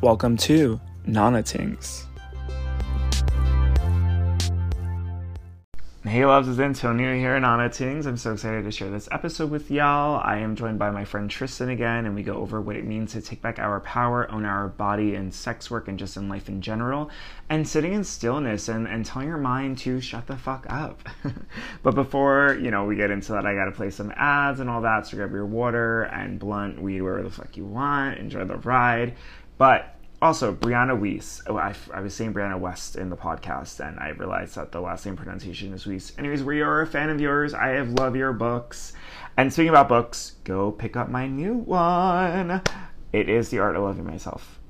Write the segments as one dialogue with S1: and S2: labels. S1: Welcome to Nana Tings. Hey loves, it's Antonio here in Anna Tings. I'm so excited to share this episode with y'all. I am joined by my friend Tristan again, and we go over what it means to take back our power, own our body in sex work and just in life in general, and sitting in stillness and, and telling your mind to shut the fuck up. but before, you know, we get into that, I gotta play some ads and all that, so grab your water and blunt, weed, wherever the fuck you want, enjoy the ride. But also, Brianna Weiss. Oh, I, I was saying Brianna West in the podcast, and I realized that the last name pronunciation is Weiss. Anyways, we are a fan of yours. I have love your books. And speaking about books, go pick up my new one. It is The Art of Loving Myself.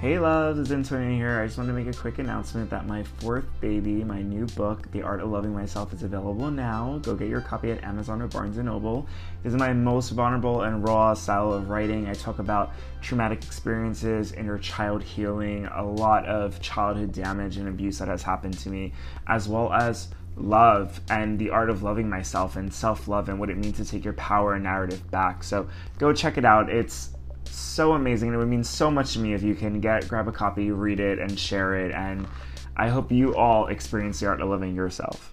S1: Hey loves, it's Antonia here. I just wanted to make a quick announcement that my fourth baby, my new book, The Art of Loving Myself, is available now. Go get your copy at Amazon or Barnes & Noble. This is my most vulnerable and raw style of writing. I talk about traumatic experiences, inner child healing, a lot of childhood damage and abuse that has happened to me, as well as love and the art of loving myself and self-love and what it means to take your power and narrative back. So go check it out. It's so amazing and it would mean so much to me if you can get grab a copy read it and share it and i hope you all experience the art of living yourself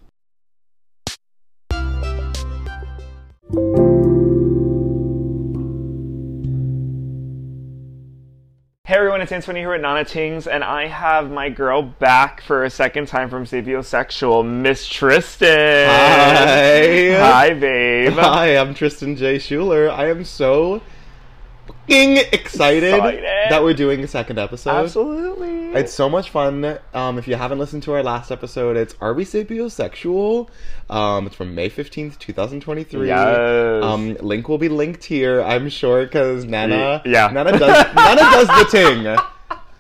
S1: Hey everyone, it's Antonia here at Nana Tings, and I have my girl back for a second time from Sapiosexual, Miss Tristan.
S2: Hi.
S1: Hi, babe.
S2: Hi, I'm Tristan J. Schuler. I am so fucking excited,
S1: Excited.
S2: that we're doing a second episode.
S1: Absolutely.
S2: It's so much fun. Um, if you haven't listened to our last episode, it's Are We Sapiosexual? Um, it's from May 15th, 2023.
S1: Yes.
S2: Um, link will be linked here, I'm sure, because Nana,
S1: Y- yeah.
S2: Nana, does, Nana does the ting.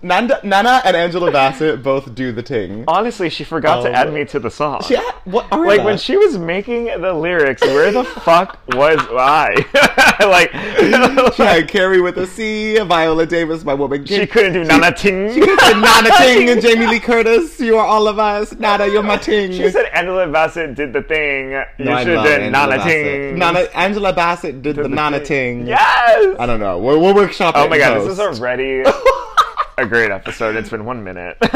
S2: Nanda, Nana and Angela Bassett both do the ting.
S1: Honestly, she forgot to
S2: Um,
S1: add me to the song.
S2: Yeah, what are
S1: Uh, Like when
S2: that?
S1: she was making the lyrics, where the fuck was I? like,
S2: She had Carrie with a C, Viola Davis, my woman.
S1: she couldn't do nana ting. She,
S2: And Nana Ting and Jamie Lee Curtis, you are all of us. Nana, you're my ting.
S1: said Angela Bassett did the thing. You
S2: No, I
S1: should have
S2: love
S1: done
S2: Angela
S1: nana
S2: Bassett.
S1: ting.
S2: Nana, Angela Bassett did the, Nana ting.
S1: Yes.
S2: I don't know. We're, we're workshopping.
S1: oh my god, this is
S2: those.
S1: already a great episode. It's been one minute.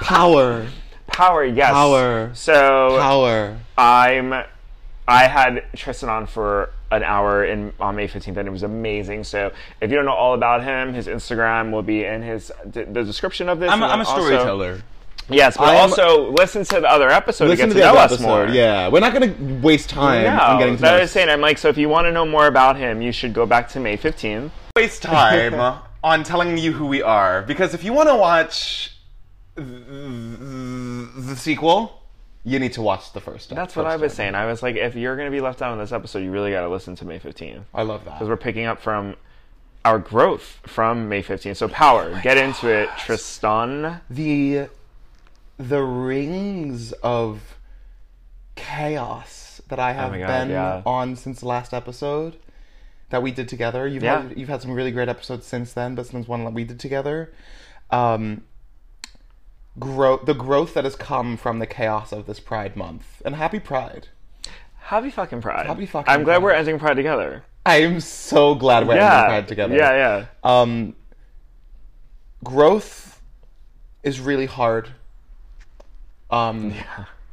S2: power,
S1: Power, yes.
S2: Power.
S1: So
S2: power.
S1: I'm. I had Tristan on for an hour in on May 15th, and it was amazing. So if you don't know all about him, his Instagram will be in his the description of this. and then also- yes, but
S2: I'm-
S1: also listen to the other episode
S2: Listen
S1: to
S2: to
S1: get
S2: the
S1: to know
S2: other
S1: us
S2: episode.
S1: more.
S2: Yeah, we're not gonna waste time on
S1: No,
S2: getting to
S1: that
S2: know
S1: is saying I'm like so. If you want to know more about him, you should go back to May 15th.
S3: waste time on telling you who we are because if you want to watch th- th- the sequel, you need to watch the first.
S1: That's what I was saying. I was like, if you're going to be left out on this episode, you really got to listen to May 15th.
S3: I love that.
S1: because we're picking up from our growth from May 15th. So
S2: Oh
S1: power, get into it, Tristan.
S2: the the rings of chaos that I have
S1: Oh my God,
S2: been
S1: yeah.
S2: on since the last episode that we did together. You've
S1: Yeah.
S2: had, you've had some really great episodes since then, but since one that we did together, um, grow the growth that has come from the chaos of this Pride Month and Happy Pride.
S1: Happy fucking pride.
S2: Happy fucking
S1: I'm glad
S2: pride.
S1: we're ending pride together.
S2: I am so glad we're
S1: yeah.
S2: ending Pride together.
S1: Yeah, yeah.
S2: um, growth is really hard. Um,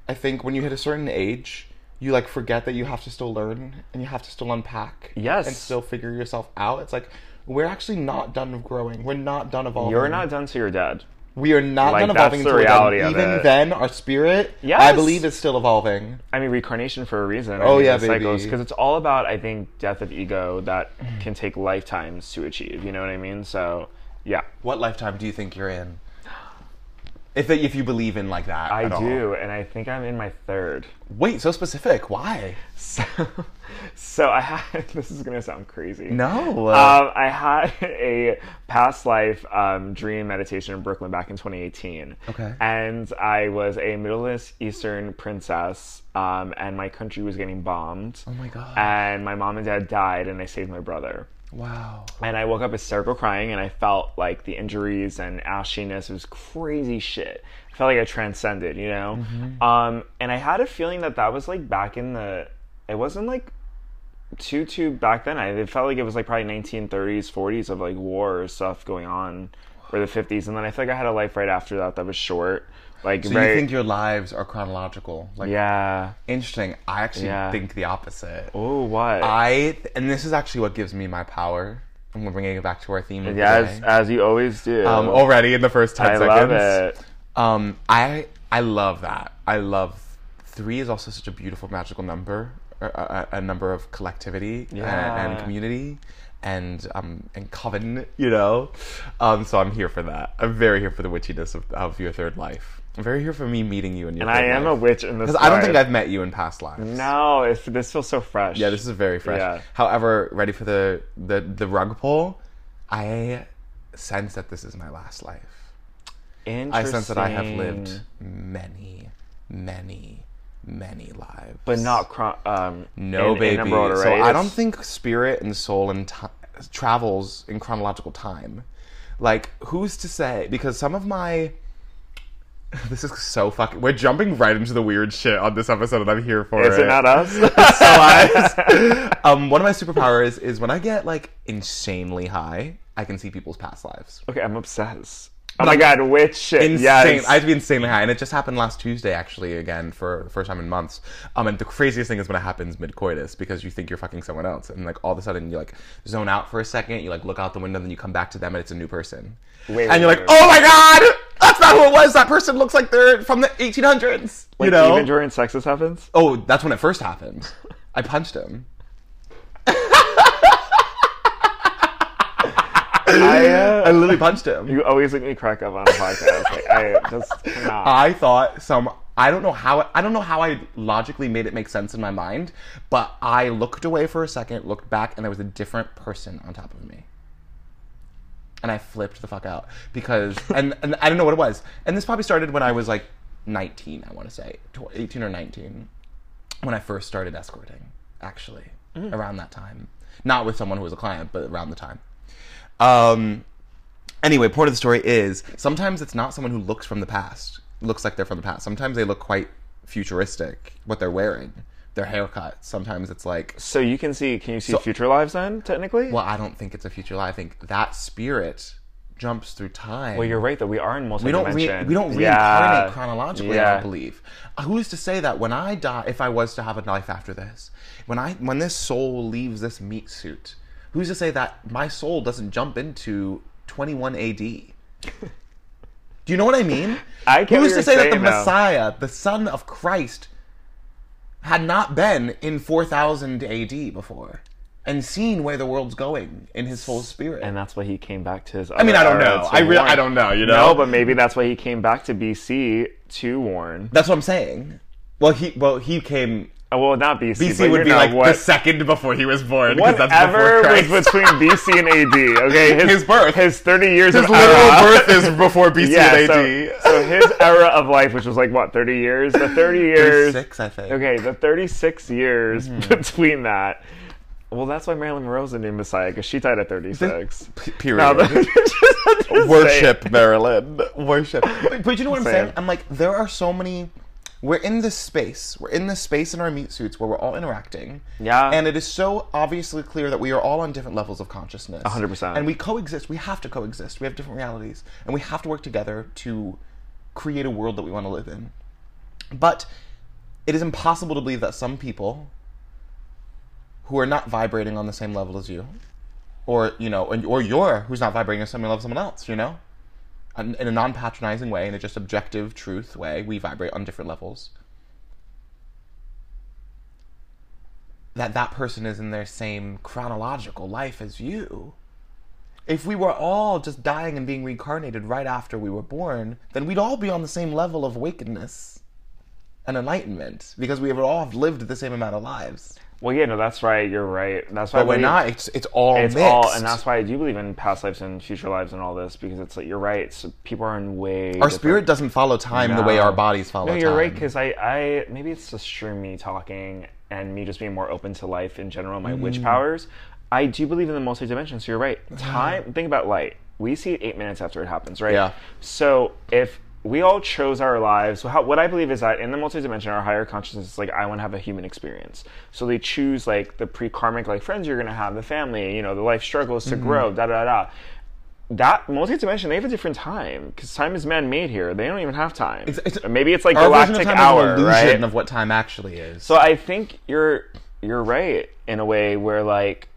S2: I think when you hit a certain age, you like forget that you have to still learn and you have to still unpack.
S1: Yes.
S2: and still figure yourself out. It's like we're actually not done of growing. We're not done evolving.
S1: You're not done to your dad.
S2: We are not
S1: Like,
S2: done
S1: that's
S2: evolving.
S1: the
S2: until we're done.
S1: reality of
S2: Even
S1: it.
S2: then, our spirit,
S1: Yes.
S2: I believe, is still evolving.
S1: I mean, reincarnation for a reason.
S2: Oh, yeah, baby.
S1: Because it's all about, I think, death of ego that can take lifetimes to achieve. You know what I mean? So, yeah.
S3: what lifetime do you think you're in? If if you believe in like that,
S1: I
S3: at all.
S1: do, and I think I'm in my third.
S3: Wait, so specific? Why?
S1: So, so I had. This is gonna sound crazy.
S3: No.
S1: Um, I had a past life um, dream meditation in Brooklyn back in 2018.
S3: Okay.
S1: And I was a Middle Eastern princess, um, and my country was getting bombed.
S3: oh my god!
S1: And my mom and dad died, and I saved my brother.
S3: wow.
S1: And I woke up hysterical crying, and I felt like the injuries and ashiness was crazy shit. I felt like I transcended, you
S2: Mm-hmm.
S1: know? Um, and I had a feeling that that was like back in the. It wasn't like two tube back then. I, it felt like it was like probably 1930s, 40s of like war or stuff going on, or the 50s. And then I feel like I had a life right after that that was short. Like
S2: So
S1: very,
S2: you think your lives are chronological? Like
S1: yeah.
S2: interesting. I actually
S1: Yeah.
S2: think the opposite.
S1: Oh, what?
S2: I and this is actually what gives me my power. And we're bringing it back to our theme. Of
S1: yeah,
S2: today.
S1: as, as you always do.
S2: um, already in the first ten
S1: I
S2: seconds.
S1: love it.
S2: Um, I I love that. I love three is also such a beautiful magical number, a, a, a number of collectivity and- and,
S1: Yeah.
S2: community, and um and coven. You know, um. So I'm here for that. I'm very here for the witchiness of, of your third life. I'm very here for me meeting you in
S1: And
S2: your.
S1: I am a witch in this.
S2: because I don't think
S1: life.
S2: I've met you in past lives.
S1: No, it's, this feels so fresh.
S2: Yeah, this is very fresh.
S1: Yeah.
S2: However, ready for the, the the rug pull? I sense that this is my last life. I
S1: interesting.
S2: sense that I have lived many, many, many lives.
S1: but not cro- um,
S2: no
S1: in,
S2: baby.
S1: In number order,
S2: So
S1: right?
S2: I don't
S1: It's-
S2: think spirit and soul and ti travels in chronological time. Like, who's to say? Because some of my this is so fucking. We're jumping right into the weird shit on this episode, and I'm here for
S1: Is it not us?
S2: so I, um, one of my superpowers is when I get like insanely high, I can see people's past lives.
S1: okay, I'm obsessed. Oh my god, witch shit.
S2: Insane.
S1: Yes.
S2: I have to be insanely high, and it just happened last Tuesday, actually, again for the first time in months. Um, and the craziest thing is when it happens mid coitus because you think you're fucking someone else, and like all of a sudden you like zone out for a second, you like look out the window, then you come back to them, and it's a new person,
S1: Wait,
S2: and you're
S1: wait,
S2: like,
S1: wait,
S2: oh my god, that's not who it was. That person looks like they're from the 1800s. you
S1: Like,
S2: know,
S1: Even during sex, this happens?
S2: Oh, that's when it first happened. I punched him.
S1: I, uh,
S2: I literally punched him.
S1: you always make me crack up on a podcast. like, I just cannot.
S2: I thought some. I don't know how. I don't know how I logically made it make sense in my mind, but I looked away for a second, looked back, and there was a different person on top of me. And I flipped the fuck out because, and, and I don't know what it was. And this probably started when I was like 19, I want to say, tw- 18 or 19, when I first started escorting, actually, around that time. Not with someone who was a client, but around the time. Um, anyway, point of the story is sometimes it's not someone who looks from the past, looks like they're from the past. Sometimes they look quite futuristic, what they're wearing, their haircut. Sometimes it's like,
S1: so you can see, can you see future lives then, technically?
S2: well, I don't think it's a future lie. I think that spirit jumps through time.
S1: Well, you're right, though. We are in multiple
S2: we don't re-
S1: dimension.
S2: we don't reincarnate
S1: yeah.
S2: chronologically. I
S1: Yeah.
S2: don't believe. Uh, Who's to say that when I die, if I was to have a life after this, when I when this soul leaves this meat suit, who's to say that my soul doesn't jump into 21 AD? Do you know what I mean?
S1: I get what
S2: Who's
S1: you're
S2: to say that the
S1: saying now.
S2: Messiah, the Son of Christ, had not been in 4000 AD before and seen where the world's going in his full spirit?
S1: And that's why he came back to his.
S2: I mean, I don't know. I really, I don't know. You know,
S1: No, but maybe that's why he came back to BC to warn.
S2: That's what I'm saying. Well, he well he came.
S1: Oh, well, not BC.
S2: BC
S1: but
S2: would
S1: you
S2: be
S1: know
S2: like the
S1: what-
S2: second before he was born. 'cause that's before
S1: Whatever was
S2: Christ.
S1: between BC and AD, okay?
S2: His birth.
S1: His 30 years
S2: His
S1: of
S2: literal
S1: era.
S2: birth is before BC
S1: Yeah,
S2: and AD.
S1: so, so his era of life, which was like, what, 30 years? The 30 years.
S2: Six, I think.
S1: Okay, the 36 years
S2: Hmm.
S1: between that. Well, that's why Marilyn Monroe's a new Messiah, because she died at 36.
S2: P-
S1: No,
S2: period.
S1: but- just- just
S2: Worship Marilyn. Worship. But, but you know what I'm
S1: Same.
S2: saying? I'm like, there are so many. We're in this space. We're in this space in our meat suits where we're all interacting.
S1: Yeah.
S2: And it is so obviously clear that we are all on different levels of consciousness.
S1: 100%.
S2: And we coexist. We have to coexist. We have different realities. And we have to work together to create a world that we want to live in. But it is impossible to believe that some people who are not vibrating on the same level as you, or you know, and, or you're who's not vibrating on the same level as someone else, you know, in, in a non-patronizing way, in a just objective truth way, we vibrate on different levels. That that person is in their same chronological life as you. If we were all just dying and being reincarnated right after we were born, then we'd all be on the same level of awakenedness and enlightenment because we have all lived the same amount of lives.
S1: Well, yeah, no, that's right. You're right. That's why
S2: But we're
S1: we-
S2: not. It's it's all
S1: It's
S2: mixed.
S1: all, and that's why I do believe in past lives and future lives and all this because it's like you're right. So people are in way.
S2: our spirit doesn't follow time the way
S1: No.
S2: our bodies follow
S1: No,
S2: time.
S1: you're right because I, I maybe it's just through me talking and me just being more open to life in general, my witch
S2: Mm.
S1: powers. I do believe in the multi dimensions. So you're right. Time. think about light. We see it eight minutes after it happens, right?
S2: Yeah.
S1: So if we all chose our lives. So how, what I believe is that in the multidimension, our higher consciousness is like, I want to have a human experience. So they choose like the pre karmic, like friends you're going to have, the family, you know, the life struggles
S2: Mm-hmm.
S1: to grow, da da da. That multidimension, they have a different time because time is man made here. They don't even have time.
S2: It's- it's-
S1: Maybe it's like
S2: Our version of
S1: galactic
S2: time
S1: hour,
S2: is an
S1: right?
S2: illusion of what time actually is.
S1: So I think you're you're right in a way where like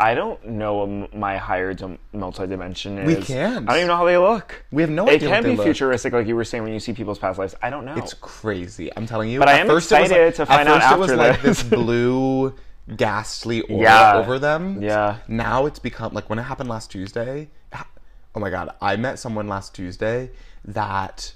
S1: I don't know what m- my higher dim- multidimension is.
S2: We can't.
S1: I don't even know how they look.
S2: we have no
S1: it
S2: idea
S1: can
S2: what they
S1: be
S2: look.
S1: futuristic, like you were saying when you see people's past lives. I don't know.
S2: It's crazy. I'm telling you.
S1: But I
S2: At
S1: am
S2: first it was
S1: excited
S2: like-
S1: to find out
S2: at first it was
S1: after
S2: like
S1: this.
S2: this blue, ghastly aura
S1: Yeah.
S2: over them.
S1: Yeah.
S2: Now it's become like when it happened last Tuesday. ha- Oh my god! I met someone last Tuesday that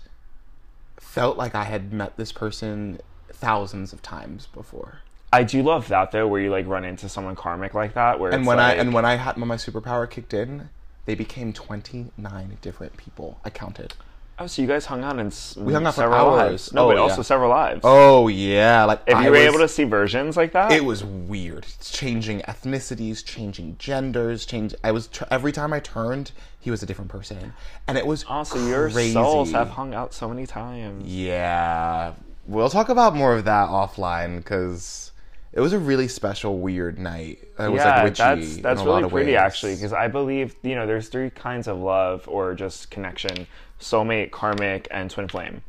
S2: felt like I had met this person thousands of times before.
S1: I do love that though, where you like run into someone karmic like that. Where
S2: And
S1: it's
S2: when
S1: like,
S2: I and when I had when my superpower kicked in, they became 29 different people. I counted.
S1: oh, so you guys hung out in s- we
S2: hung out for
S1: several lives.
S2: hours.
S1: No,
S2: Oh,
S1: but also
S2: yeah.
S1: several lives.
S2: Oh yeah, like
S1: if you were
S2: I was-
S1: able to see versions like that,
S2: it was weird. It's changing ethnicities, changing genders, change. I was tr- every time I turned, he was a different person, and it was
S1: also
S2: crazy.
S1: Oh, your souls have hung out so many times.
S2: Yeah, we'll talk about more of that offline because it was a really special, weird night. It was like witchy
S1: that's
S2: in
S1: that's
S2: a lot
S1: really
S2: of
S1: pretty
S2: ways.
S1: actually, because I believe you know there's three kinds of love or just connection: soulmate, karmic, and twin flame.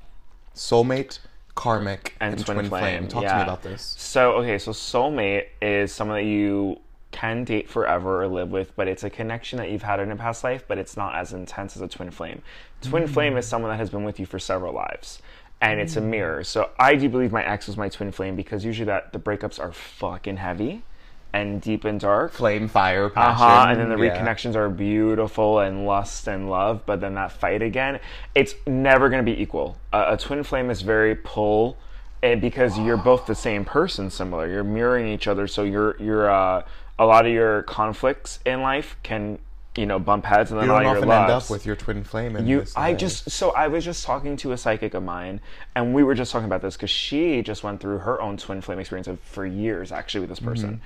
S2: soulmate, karmic,
S1: And,
S2: and, twin, flame. Talk to
S1: yeah.
S2: me about this.
S1: So okay, so soulmate is someone that you can date forever or live with, but it's a connection that you've had in a past life, but it's not as intense as a twin flame. Twin
S2: Hmm.
S1: flame is someone that has been with you for several lives. And it's a mirror. So I do believe my ex was my twin flame because usually that the breakups are fucking heavy and deep and dark.
S2: Flame, fire,
S1: Uh
S2: passion,
S1: huh. And then the
S2: yeah.
S1: reconnections are beautiful and lust and love, but then that fight again, it's never going to be equal. A a twin flame is very pull, and because you're both the same person, similar. You're mirroring each other, so you're you're uh, a lot of your conflicts in life can you know bump heads, and then
S2: You
S1: all
S2: don't
S1: your
S2: often
S1: loves.
S2: end up with your twin flame. In
S1: You,
S2: this
S1: I
S2: life.
S1: just so I was just talking to a psychic of mine, and we were just talking about this because she just went through her own twin flame experience of, for years actually with this
S2: Mm-hmm.
S1: person,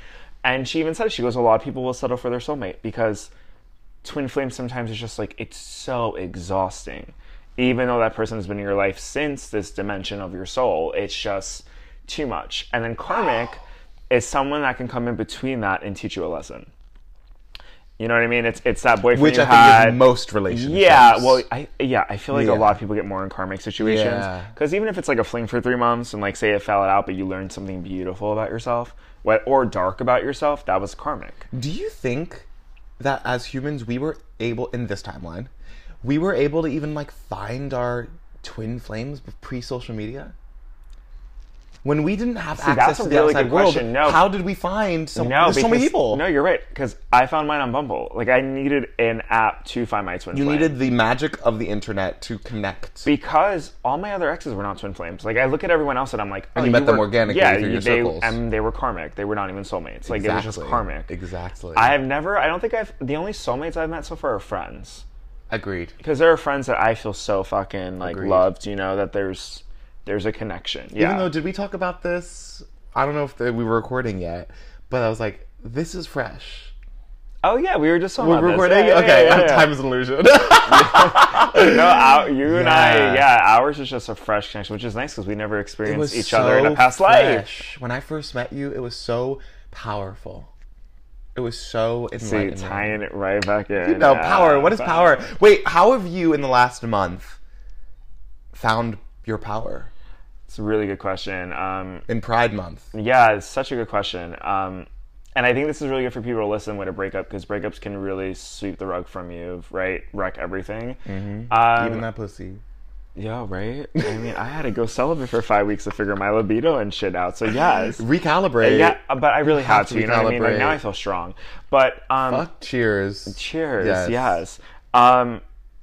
S1: and she even said she goes a lot of people will settle for their soulmate because twin flame sometimes is just like it's so exhausting, even though that person has been in your life since this dimension of your soul, it's just too much. And then karmic is someone that can come in between that and teach you a lesson. You know what I mean? It's it's that boyfriend
S2: which
S1: you
S2: I
S1: had.
S2: think is most relationships.
S1: Yeah, well, I yeah, I feel like
S2: Yeah.
S1: a lot of people get more in karmic situations
S2: Yeah.
S1: because even if it's like a fling for three months and like say it fell out, but you learned something beautiful about yourself, what or dark about yourself, that was karmic.
S2: Do you think that as humans we were able in this timeline, we were able to even like find our twin flames pre social media? When we didn't have access
S1: that's a
S2: to the
S1: really
S2: outside
S1: good
S2: world,
S1: question. No.
S2: how did we find some,
S1: No,
S2: there's so many
S1: because-
S2: people?
S1: No, you're right because I found mine on Bumble. Like I needed an app to find my twin.
S2: you
S1: flame.
S2: needed the magic of the internet to connect.
S1: because all my other exes were not twin flames. Like I look at everyone else and I'm like, oh,
S2: you met them organically
S1: yeah,
S2: through
S1: you-
S2: your
S1: they,
S2: circles.
S1: and they were karmic. They were not even soulmates. Like it was just
S2: Exactly.
S1: karmic.
S2: Exactly.
S1: I have never. I don't think I've. The only soulmates I've met so far are friends.
S2: agreed.
S1: because there are friends that I feel so fucking like
S2: Agreed.
S1: loved, you know, that there's there's a connection. Yeah.
S2: Even though, did we talk about this? I don't know if the, we were recording yet, but I was like, this is fresh.
S1: oh yeah, we were just talking
S2: We're
S1: about this. Yeah,
S2: recording?
S1: yeah,
S2: okay,
S1: yeah, yeah, yeah.
S2: time is an illusion.
S1: No, our, you and I,
S2: Yeah.
S1: yeah, ours is just a fresh connection, which is nice because we never
S2: It
S1: experienced
S2: was
S1: each other in a
S2: so
S1: past life.
S2: fresh. When I first met you, it was so powerful. It was so
S1: See,
S2: enlightening.
S1: tying it right back in.
S2: no
S1: Yeah,
S2: power. What is
S1: fine.
S2: power? Wait, how have you in the last month found your power
S1: It's a really good question. Um,
S2: in Pride Month?
S1: Yeah, it's such a good question. Um, and I think this is really good for people to listen with a breakup because breakups can really sweep the rug from you, right? Wreck everything.
S2: Mm-hmm.
S1: Um,
S2: Even that pussy.
S1: Yeah, right? I mean, I had to go celibate for five weeks to figure my libido and shit out. So, yes.
S2: Recalibrate.
S1: Yeah, uh, but I really had
S2: have
S1: to,
S2: to
S1: you know what I mean? Like,
S2: recalibrate.
S1: now I feel strong. But, um,
S2: Fuck, cheers.
S1: cheers. Yes.
S2: Yes.
S1: Um,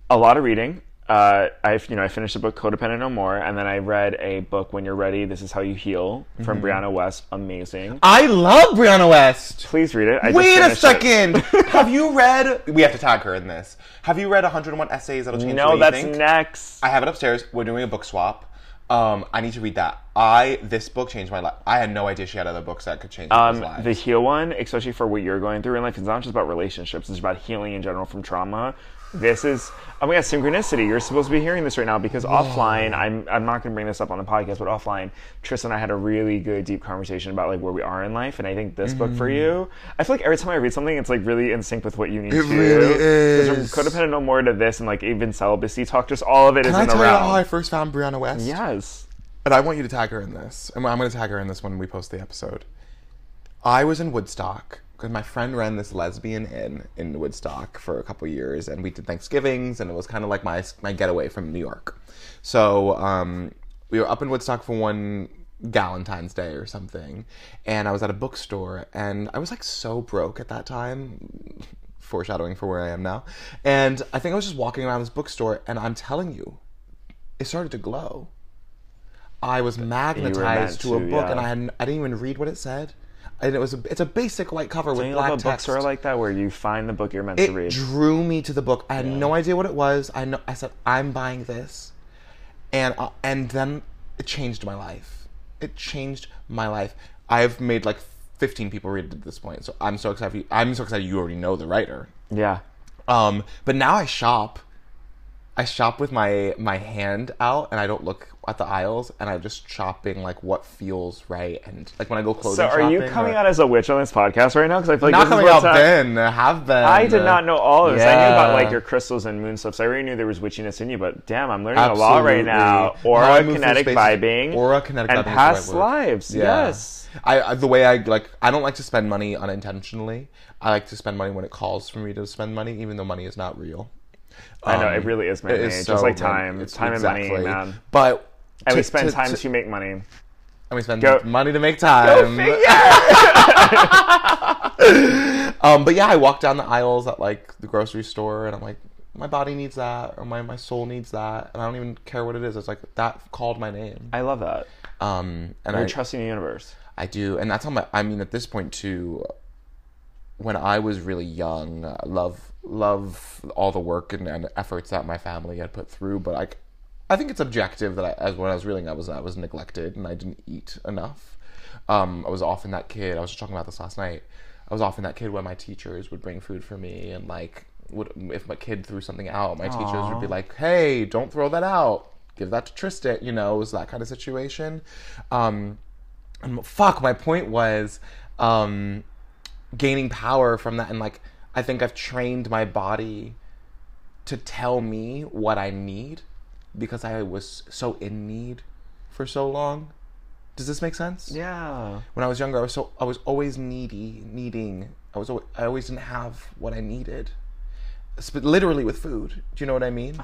S1: a lot of reading. Uh, I've, you know, I finished the book Codependent No More, and then I read a book, When You're Ready, This Is How You Heal, from
S2: Mm-hmm.
S1: Brianna West. Amazing.
S2: I love Brianna West.
S1: Please read it. I just
S2: Wait a
S1: finished it.
S2: second. have you read? We have to tag her in this. Have you read 101 essays that'll change the way
S1: No,
S2: you
S1: that's
S2: think?
S1: next.
S2: I have it upstairs. We're doing a book swap. Um, I need to read that. I this book changed my life. I had no idea she had other books that could change people's
S1: Um,
S2: lives.
S1: the heal one, especially for what you're going through in life, it's not just about relationships. It's about healing in general from trauma. This is oh my god, synchronicity. You're supposed to be hearing this right now because offline, I'm I'm not going to bring this up on the podcast, but offline, Tristan and I had a really good deep conversation about like where we are in life, and I think this book for you, I feel like every time I read something, it's like really in sync with what you need
S2: It
S1: to.
S2: really
S1: Because
S2: is.
S1: From codependent no more to this, and like even celibacy talk, just all of it is
S4: Can I
S1: in the
S4: tell you
S1: round.
S4: how I first found Brianna West?
S1: yes.
S4: And I want you to tag her in this. And I'm going to tag her in this when we post the episode.
S2: I was in Woodstock because my friend ran this lesbian inn in Woodstock for a couple years, and we did Thanksgivings, and it was kind of like my my getaway from New York. So um, we were up in Woodstock for one Valentine's Day or something, and I was at a bookstore, and I was like so broke at that time. Foreshadowing for where I am now. And I think I was just walking around this bookstore, and I'm telling you, it started to glow. I was magnetized to a
S1: to,
S2: book,
S1: yeah.
S2: and I hadn't, I didn't even read what it said. And it was a, it's a basic white cover with
S1: You
S2: black
S1: love a
S2: text.
S1: bookstore like that where you find the book you're meant to
S2: it
S1: read.
S2: drew me to the book. I had no idea what it was. I know, I said I'm buying this, and uh, and then it changed my life. It changed my life. I've made like 15 people read it at this point, so I'm so excited. I'm so excited. You already know the writer.
S1: yeah.
S2: Um, but now I shop. I shop with my my hand out, and I don't look at the aisles, and I just shopping like what feels right, and like when I go clothing.
S1: So are you
S2: shopping
S1: coming
S2: or-
S1: out as a witch on this podcast right now? Because I feel like
S2: Not
S1: this is
S2: coming out
S1: what's up.
S2: then. I have been. uh,
S1: I did not know all of this. I knew about
S2: Yeah.
S1: like your crystals and moon stuff. So I already knew there was witchiness in you, but damn, I'm learning a lot right
S2: Absolutely.
S1: now.
S2: How I
S1: Aura,
S2: move through
S1: kinetic
S2: spaces.
S1: vibing,
S2: Aura, kinetic
S1: and
S2: vibing is the right
S1: past
S2: word.
S1: lives.
S2: Yeah.
S1: Yes.
S2: I, I the way I like I don't like to spend money unintentionally. I like to spend money when it calls for me to spend money, even though money is not real.
S1: I know
S2: Um,
S1: it really is man
S2: it
S1: made.
S2: is
S1: just like
S2: man-
S1: time,
S2: it's-
S1: time
S2: exactly.
S1: and money, man.
S2: But
S1: And we
S2: to-
S1: spend
S2: to-
S1: time to,
S2: to-
S1: make money.
S2: and we spend
S1: Go-
S2: money to make time. Um, but yeah, I walk down the aisles at like the grocery store, and I'm like, my body needs that, or my, my soul needs that, and I don't even care what it is. It's like that called my name.
S1: I love that.
S2: Um, and
S1: You're
S2: I
S1: trusting the universe.
S2: I do, and that's how my. I mean, at this point too, when I was really young, I love love all the work and, and efforts that my family had put through, but like, I think it's objective that I, as when I was really young, I was I was neglected and I didn't eat enough. Um, I was often that kid. I was just talking about this last night. I was often that kid where my teachers would bring food for me and like would if my kid threw something out, my teachers would be like, "Hey, don't throw that out. Give that to Tristan." You know, it was that kind of situation. Um, and fuck, my point was um, gaining power from that, and like I think I've trained my body to tell me what I need because I was so in need for so long. Does this make sense?
S1: Yeah.
S2: When I was younger, I was so I was always needy, needing. I was al- I always didn't have what I needed, Sp- literally with food. Do you know what I mean?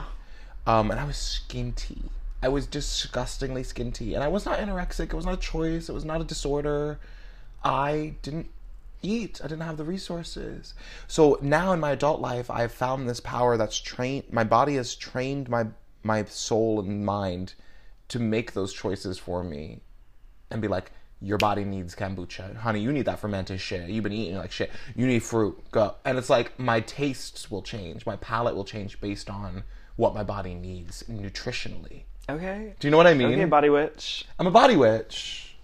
S2: Um, and I was skinty. I was disgustingly skinty, and I was not anorexic. It was not a choice. It was not a disorder. I didn't eat. I didn't have the resources. So now in my adult life, I've found this power that's trained. My body has trained my my soul and mind to make those choices for me, and be like, your body needs kombucha, honey. You need that fermented shit. You've been eating like shit. You need fruit. Go. And it's like my tastes will change. My palate will change based on what my body needs nutritionally.
S1: Okay.
S2: Do you know what I mean?
S1: Okay, body witch.
S2: I'm a body witch.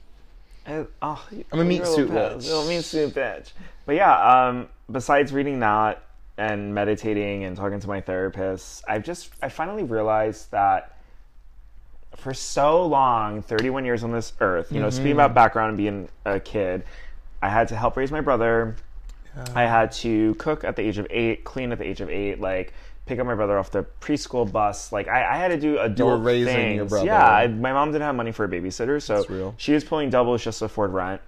S1: Uh, Oh,
S2: I'm a meat suit
S1: bitch.
S2: bitch.
S1: Little meat suit bitch. But yeah, um, besides reading that and meditating and talking to my therapist, I've just I finally realized that for so long, 31 years on this earth, you know, speaking
S2: Mm-hmm.
S1: about background and being a kid, I had to help raise my brother. I had to cook at the age of eight, clean at the age of eight, like pick up my brother off the preschool bus. Like I, I had to do adult
S2: raising your
S1: things.
S2: brother.
S1: Yeah, I, my mom didn't have money for a babysitter, so
S2: real.
S1: she was pulling doubles just to afford rent.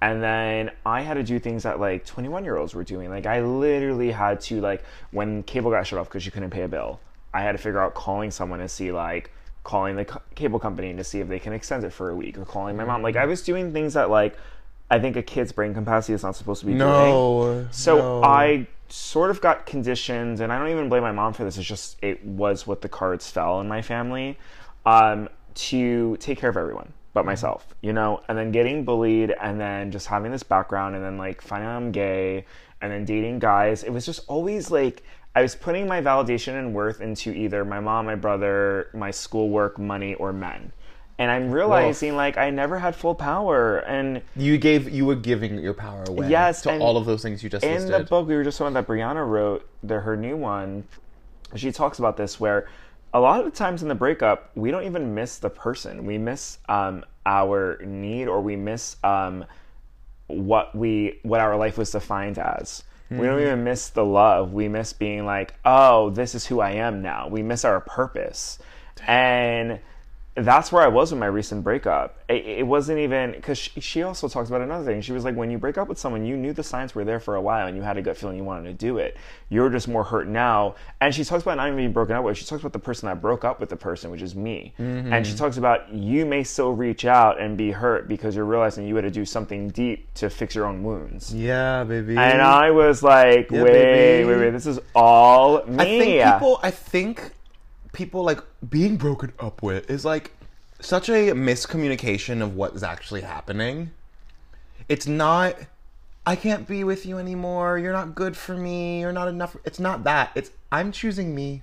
S1: And then I had to do things that like 21 year olds were doing. Like I literally had to like when cable got shut off because you couldn't pay a bill, I had to figure out calling someone to see like calling the co- cable company to see if they can extend it for a week or calling my mom. Like I was doing things that like I think a kid's brain capacity is not supposed to be doing.
S4: No.
S1: So
S4: no.
S1: I sort of got conditioned, and I don't even blame my mom for this. It's just it was what the cards fell in my family um, to take care of everyone but myself, you know. And then getting bullied, and then just having this background, and then like finding out I'm gay, and then dating guys. It was just always like I was putting my validation and worth into either my mom, my brother, my schoolwork, money, or men. and I'm realizing like I never had full power. And
S2: You gave you were giving your power away.
S1: Yes,
S2: to
S1: and-
S2: all of those things you just
S1: in
S2: listed.
S1: the book, we were just talking about that Brianna wrote the her new one. She talks about this where a lot of the times in the breakup, we don't even miss the person. We miss um, our need or we miss um, what we what our life was defined as. We don't even miss the love. We miss being like, oh, this is who I am now. We miss our purpose, and that's where I was with my recent breakup. It, it wasn't even because she, she also talks about another thing. She was like, when you break up with someone, you knew the signs were there for a while, and you had a gut feeling you wanted to do it. You're just more hurt now. And she talks about not even being broken up with. She talks about the person that broke up with the person, which is me. And she
S2: Mm-hmm.
S1: talks about you may still reach out and be hurt because you're realizing you had to do something deep to fix your own wounds.
S2: yeah, baby.
S1: And I was like, wait,
S2: baby.
S1: wait, wait, this is all me.
S2: I think people. I think people like being broken up with is like such a miscommunication of what is actually happening. It's not. I can't be with you anymore. You're not good for me. You're not enough. It's not that. It's I'm choosing me.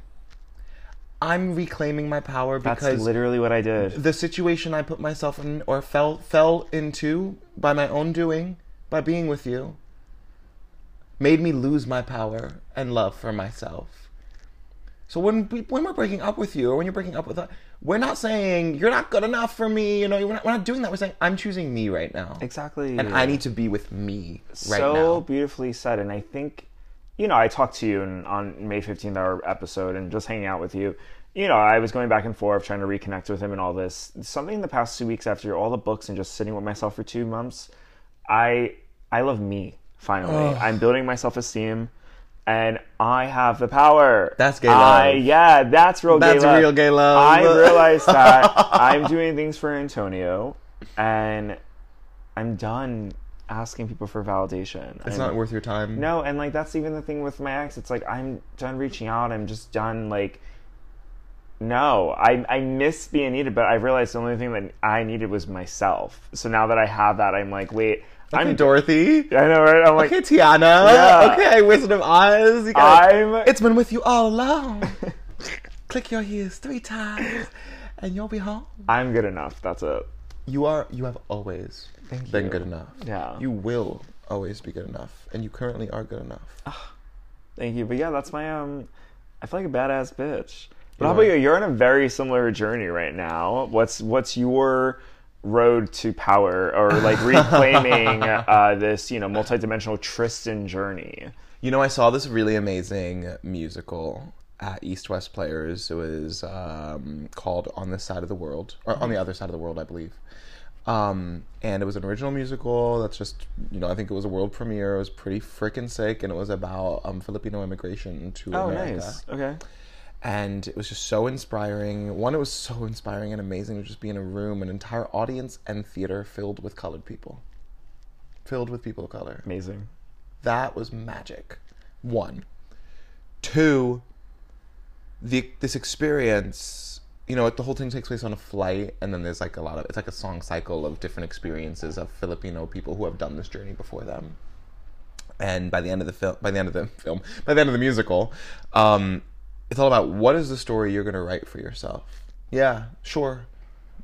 S2: I'm reclaiming my power
S1: That's
S2: because
S1: literally what I did.
S2: the situation I put myself in or fell fell into by my own doing, by being with you, made me lose my power and love for myself. So when we, when we're breaking up with you or when you're breaking up with us, we're not saying you're not good enough for me. You know, we're not, we're not doing that. We're saying I'm choosing me right now,
S1: Exactly.
S2: and I need to be with me right
S1: so
S2: now.
S1: beautifully said and i think you know i talked to you in, on may 15th our episode and just hanging out with you you know i was going back and forth trying to reconnect with him and all this something in the past two weeks after all the books and just sitting with myself for two months i i love me finally i'm building my self-esteem and I have the power.
S2: That's gay
S1: I-
S2: love.
S1: yeah, that's real gay
S2: That's
S1: love.
S2: real gay love.
S1: I realized that I'm doing things for Antonio, and I'm done asking people for validation.
S2: It's not worth your time.
S1: No, and like that's even the thing with my ex. It's like I'm done reaching out. I'm just done like. No, I I miss being needed, but I realized the only thing that I needed was myself. So now that I have that, I'm like, wait,
S2: I'm
S1: I'm.
S2: Dorothy.
S1: I know, right? I'm like,
S2: Okay, Tiana.
S1: Yeah.
S2: Okay, Wizard of Oz. You gotta-
S1: I'm.
S2: It's been with you all along. Click your heels three times, and you'll be home.
S1: I'm good enough. That's it.
S2: You are. You have always been good enough.
S1: Yeah.
S2: You will always be good enough, and you currently are good enough.
S1: Ah. Thank you. But yeah, that's my um I feel like a badass bitch. But
S2: You
S1: how about
S2: are.
S1: you? You're on a very similar journey right now. What's what's your road to power or like reclaiming uh, this, you know, multidimensional Tristan journey?
S2: You know, I saw this really amazing musical at East West Players. It was um, called On This Side of the World, or
S1: Mm-hmm.
S2: On the Other Side of the World, I believe. Um, and it was an original musical that's just, you know, I think it was a world premiere. It was pretty freaking sick, and it was about um, Filipino immigration to
S1: Oh
S2: America
S1: nice. Okay.
S2: and it was just so inspiring. One, it was so inspiring and amazing to just be in a room, an entire audience and theater filled with colored people, filled with people of color.
S1: Amazing.
S2: That was magic. One, two. The this experience, you know, the whole thing takes place on a flight, and then there's like a lot of it's like a song cycle of different experiences of Filipino people who have done this journey before them and by the end of the film by the end of the film by the end of the musical um it's all about what is the story you're going to write for yourself yeah sure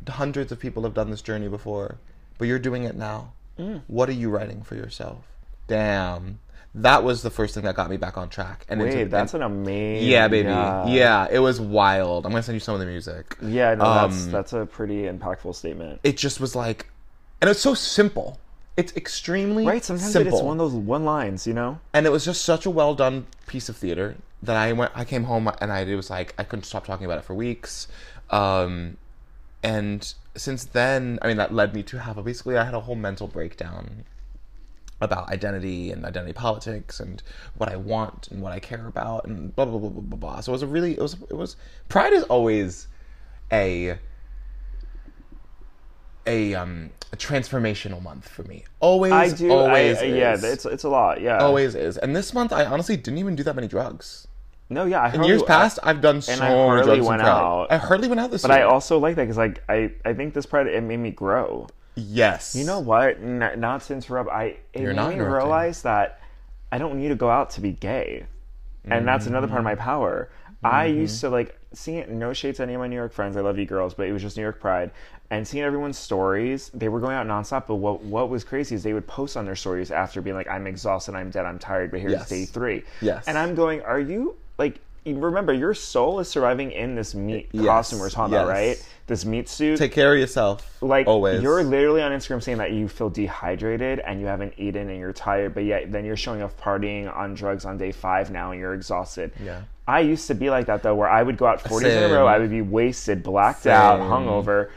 S2: hundreds of people have done this journey before but you're doing it now
S1: Mm.
S2: what are you writing for yourself damn that was the first thing that got me back on track and into-
S1: Wait,
S2: and-
S1: that's an amazing
S2: yeah baby yeah. it was wild i'm going to send you some of the music
S1: Yeah, no, that's
S2: Um,
S1: that's a pretty impactful statement.
S2: it just was like and it's so simple it's extremely
S1: Right, sometimes
S2: simple.
S1: it's one of those one lines, you know?
S2: and it was just such a well done piece of theater that I went. I came home and I it was like I couldn't stop talking about it for weeks, um, and since then, I mean that led me to have a, basically I had a whole mental breakdown about identity and identity politics and what I want and what I care about and blah blah blah blah blah. blah. So it was a really it was it was pride is always a a um a transformational month for me. Always,
S1: I do
S2: Always
S1: I, yeah,
S2: is
S1: it's it's a lot, yeah.
S2: always is. And this month, I honestly didn't even do that many drugs.
S1: No, yeah, I
S2: In years past, I've done so
S1: I
S2: many
S1: hardly
S2: drugs.
S1: went
S2: in Pride.
S1: out.
S2: I hardly went out this
S1: But I
S2: year.
S1: also like that because like I, I think this pride it made me grow.
S2: yes,
S1: You know what? N- not to interrupt, I it made
S2: not
S1: me
S2: interrupting.
S1: realize that
S2: Mm-hmm.
S1: I don't need to go out to be gay, and that's another part of my power. I used to like seeing it, no shade to any of my New York friends. I love you girls, but it was just New York Pride. And seeing everyone's stories, they were going out nonstop. But what, what was crazy is they would post on their stories after being like, I'm exhausted, I'm dead, I'm tired, but here's
S2: Yes.
S1: day three.
S2: Yes.
S1: And I'm going, Are you like, you- remember, your soul is surviving in this meat
S2: Yes.
S1: costume we're talking about,
S2: Yes.
S1: right? This meat suit.
S2: Take care of yourself.
S1: like
S2: always.
S1: you're literally on Instagram saying that you feel dehydrated and you haven't eaten and you're tired, but yet then you're showing up partying on drugs on day five now and you're exhausted.
S2: Yeah.
S1: I used to be like that though, where I would go out 40s in
S2: Same.
S1: a row, I would be wasted, blacked out,
S2: Same.
S1: hungover.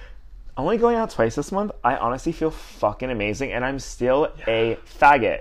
S1: Only going out twice this month, I honestly feel fucking amazing, and I'm still a faggot.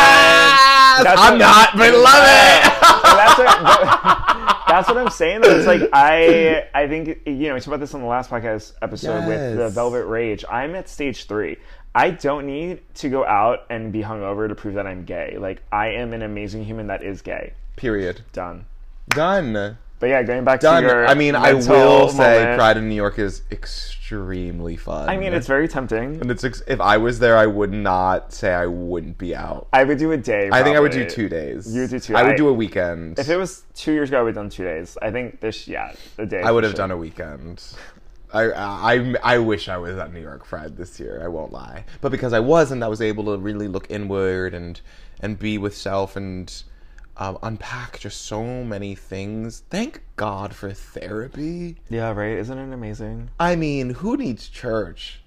S2: Yes!
S1: That's
S2: I'm
S1: what-
S2: not, but love it!
S1: But that's what, but- that's what I'm saying. Though. It's like I I think you know we talked about this on the last podcast episode with the
S2: Yes.
S1: Velvet Rage. I'm at stage three. I don't need to go out and be hungover to prove that I'm gay. Like I am an amazing human that is gay.
S2: Period.
S1: Done.
S2: Done.
S1: But yeah, going back
S2: Done.
S1: to your
S2: I mean, I
S1: mental
S2: will say
S1: moment.
S2: Pride in New York is extremely fun.
S1: I mean, it's very tempting.
S2: And it's ex- if I was there, I would not say I wouldn't be out.
S1: I would do a day.
S2: I think I would do
S1: probably.
S2: two days.
S1: You would do two.
S2: I would
S1: I-
S2: do a weekend.
S1: If it was two years ago, I would have done two days. I think this, yeah, a day.
S2: I would have done a weekend. I, I I wish I was at New York Pride this year. I won't lie, but because I wasn't, I was able to really look inward and and be with self and um, unpack just so many things. Thank God for therapy.
S1: Yeah, right. Isn't it amazing?
S2: I mean, who needs church?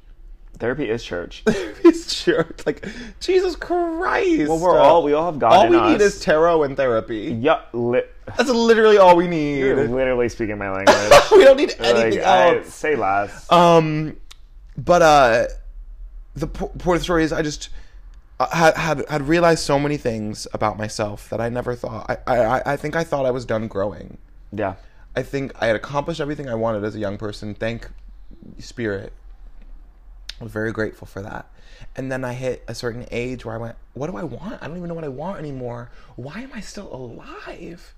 S1: Therapy is church.
S2: It's church, like Jesus Christ. Uh,
S1: Well, we're all we all have God
S2: all
S1: in
S2: we
S1: us.
S2: need is tarot and therapy.
S1: Yeah, li-
S2: That's literally all we need.
S1: you're literally speaking my language.
S2: we don't need
S1: like,
S2: anything
S1: I,
S2: else.
S1: say less.
S2: Um, but uh, the po- point of the story is I just uh, had had had realized so many things about myself that I never thought. I- I I I think I thought I was done growing.
S1: yeah,
S2: I think I had accomplished everything I wanted as a young person. Thank spirit. I was very grateful for that. And then I hit a certain age where I went, What do I want? I don't even know what I want anymore. Why am I still alive?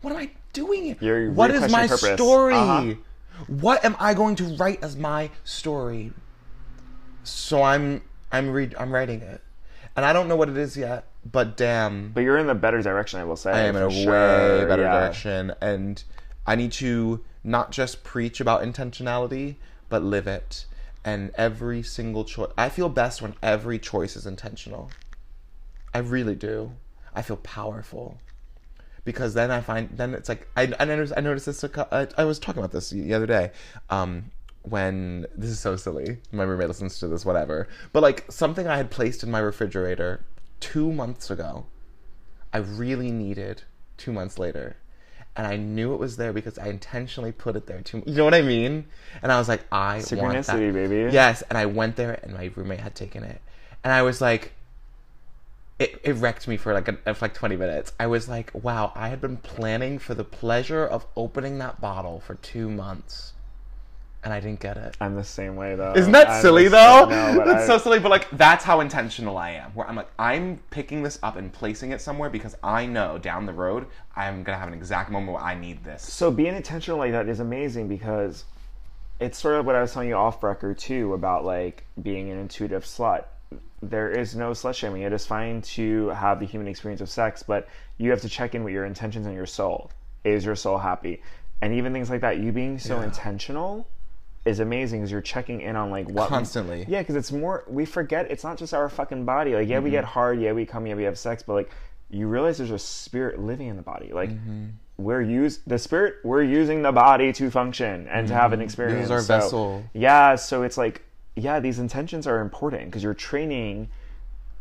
S2: What am I doing?
S1: You're
S2: what is
S1: re-questioning
S2: my
S1: purpose.
S2: story?
S1: Uh-huh.
S2: What am I going to write as my story? So I'm I'm read I'm writing it. And I don't know what it is yet, but damn.
S1: but you're in the better direction. I will say.
S2: I am in
S1: for
S2: a
S1: sure.
S2: way better
S1: Yeah.
S2: direction, and I need to not just preach about intentionality, but live it. And every single choice, I feel best when every choice is intentional. I really do. I feel powerful because then I find then it's like I I noticed, I noticed this a cou- I, I was talking about this the other day um when this is so silly my roommate listens to this whatever but like something I had placed in my refrigerator two months ago I really needed two months later and I knew it was there because I intentionally put it there two you know what I mean and I was like I want that.
S1: Synchronicity, baby.
S2: yes and I went there and my roommate had taken it and I was like it, it wrecked me for like an, for like 20 minutes. I was like, wow, I had been planning for the pleasure of opening that bottle for two months, and I didn't get it.
S1: I'm the same way though.
S2: Isn't that
S1: I'm
S2: silly
S1: the
S2: though?
S1: same- No, but
S2: that's
S1: I,
S2: so silly, but like that's how intentional I am. Where I'm like, I'm picking this up and placing it somewhere because I know down the road I'm gonna have an exact moment where I need this.
S1: so being intentional like that is amazing because it's sort of what I was telling you off record too about like being an intuitive slut. There is no slut shaming. It is fine to have the human experience of sex, but you have to check in with your intentions and your soul. Is your soul happy? And even things like that. You being so intentional is amazing because you're checking in on like what
S2: Constantly.
S1: Yeah, because it's more we forget it's not just our fucking body. Like yeah, we
S2: Mm-hmm.
S1: get hard. Yeah, we come. Yeah, we have sex. But like you realize there's a spirit living in the body. Like
S2: Mm-hmm.
S1: we're use the spirit we're using the body to function and to have an experience
S2: Mm-hmm. our
S1: So,
S2: vessel.
S1: yeah so it's like yeah these intentions are important because you're training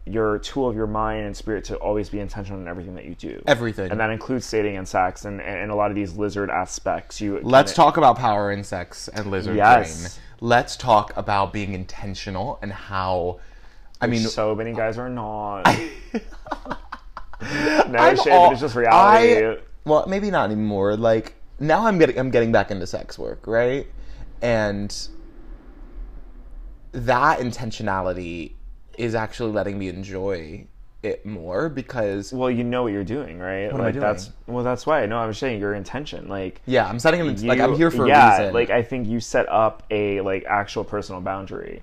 S1: your tool of your mind and spirit to always be intentional in everything that you do
S2: Everything.
S1: and that includes dating and sex and, and a lot of these lizard aspects you
S2: Let's talk about power and sex and lizard
S1: Yes.
S2: brain. Let's talk about being intentional and how. I mean,
S1: so many guys are not no
S2: I'm
S1: shit but
S2: all-
S1: oh, it's just reality
S2: I- well, maybe not anymore. Like now, I'm getting I'm getting back into sex work, right? And that intentionality is actually letting me enjoy it more because
S1: well you know what you're doing right
S2: am I
S1: like that's well that's why no i was saying your intention like
S2: yeah, I'm setting it like I'm
S1: you-
S2: here for
S1: yeah,
S2: a reason.
S1: like I think you set up a like actual personal boundary,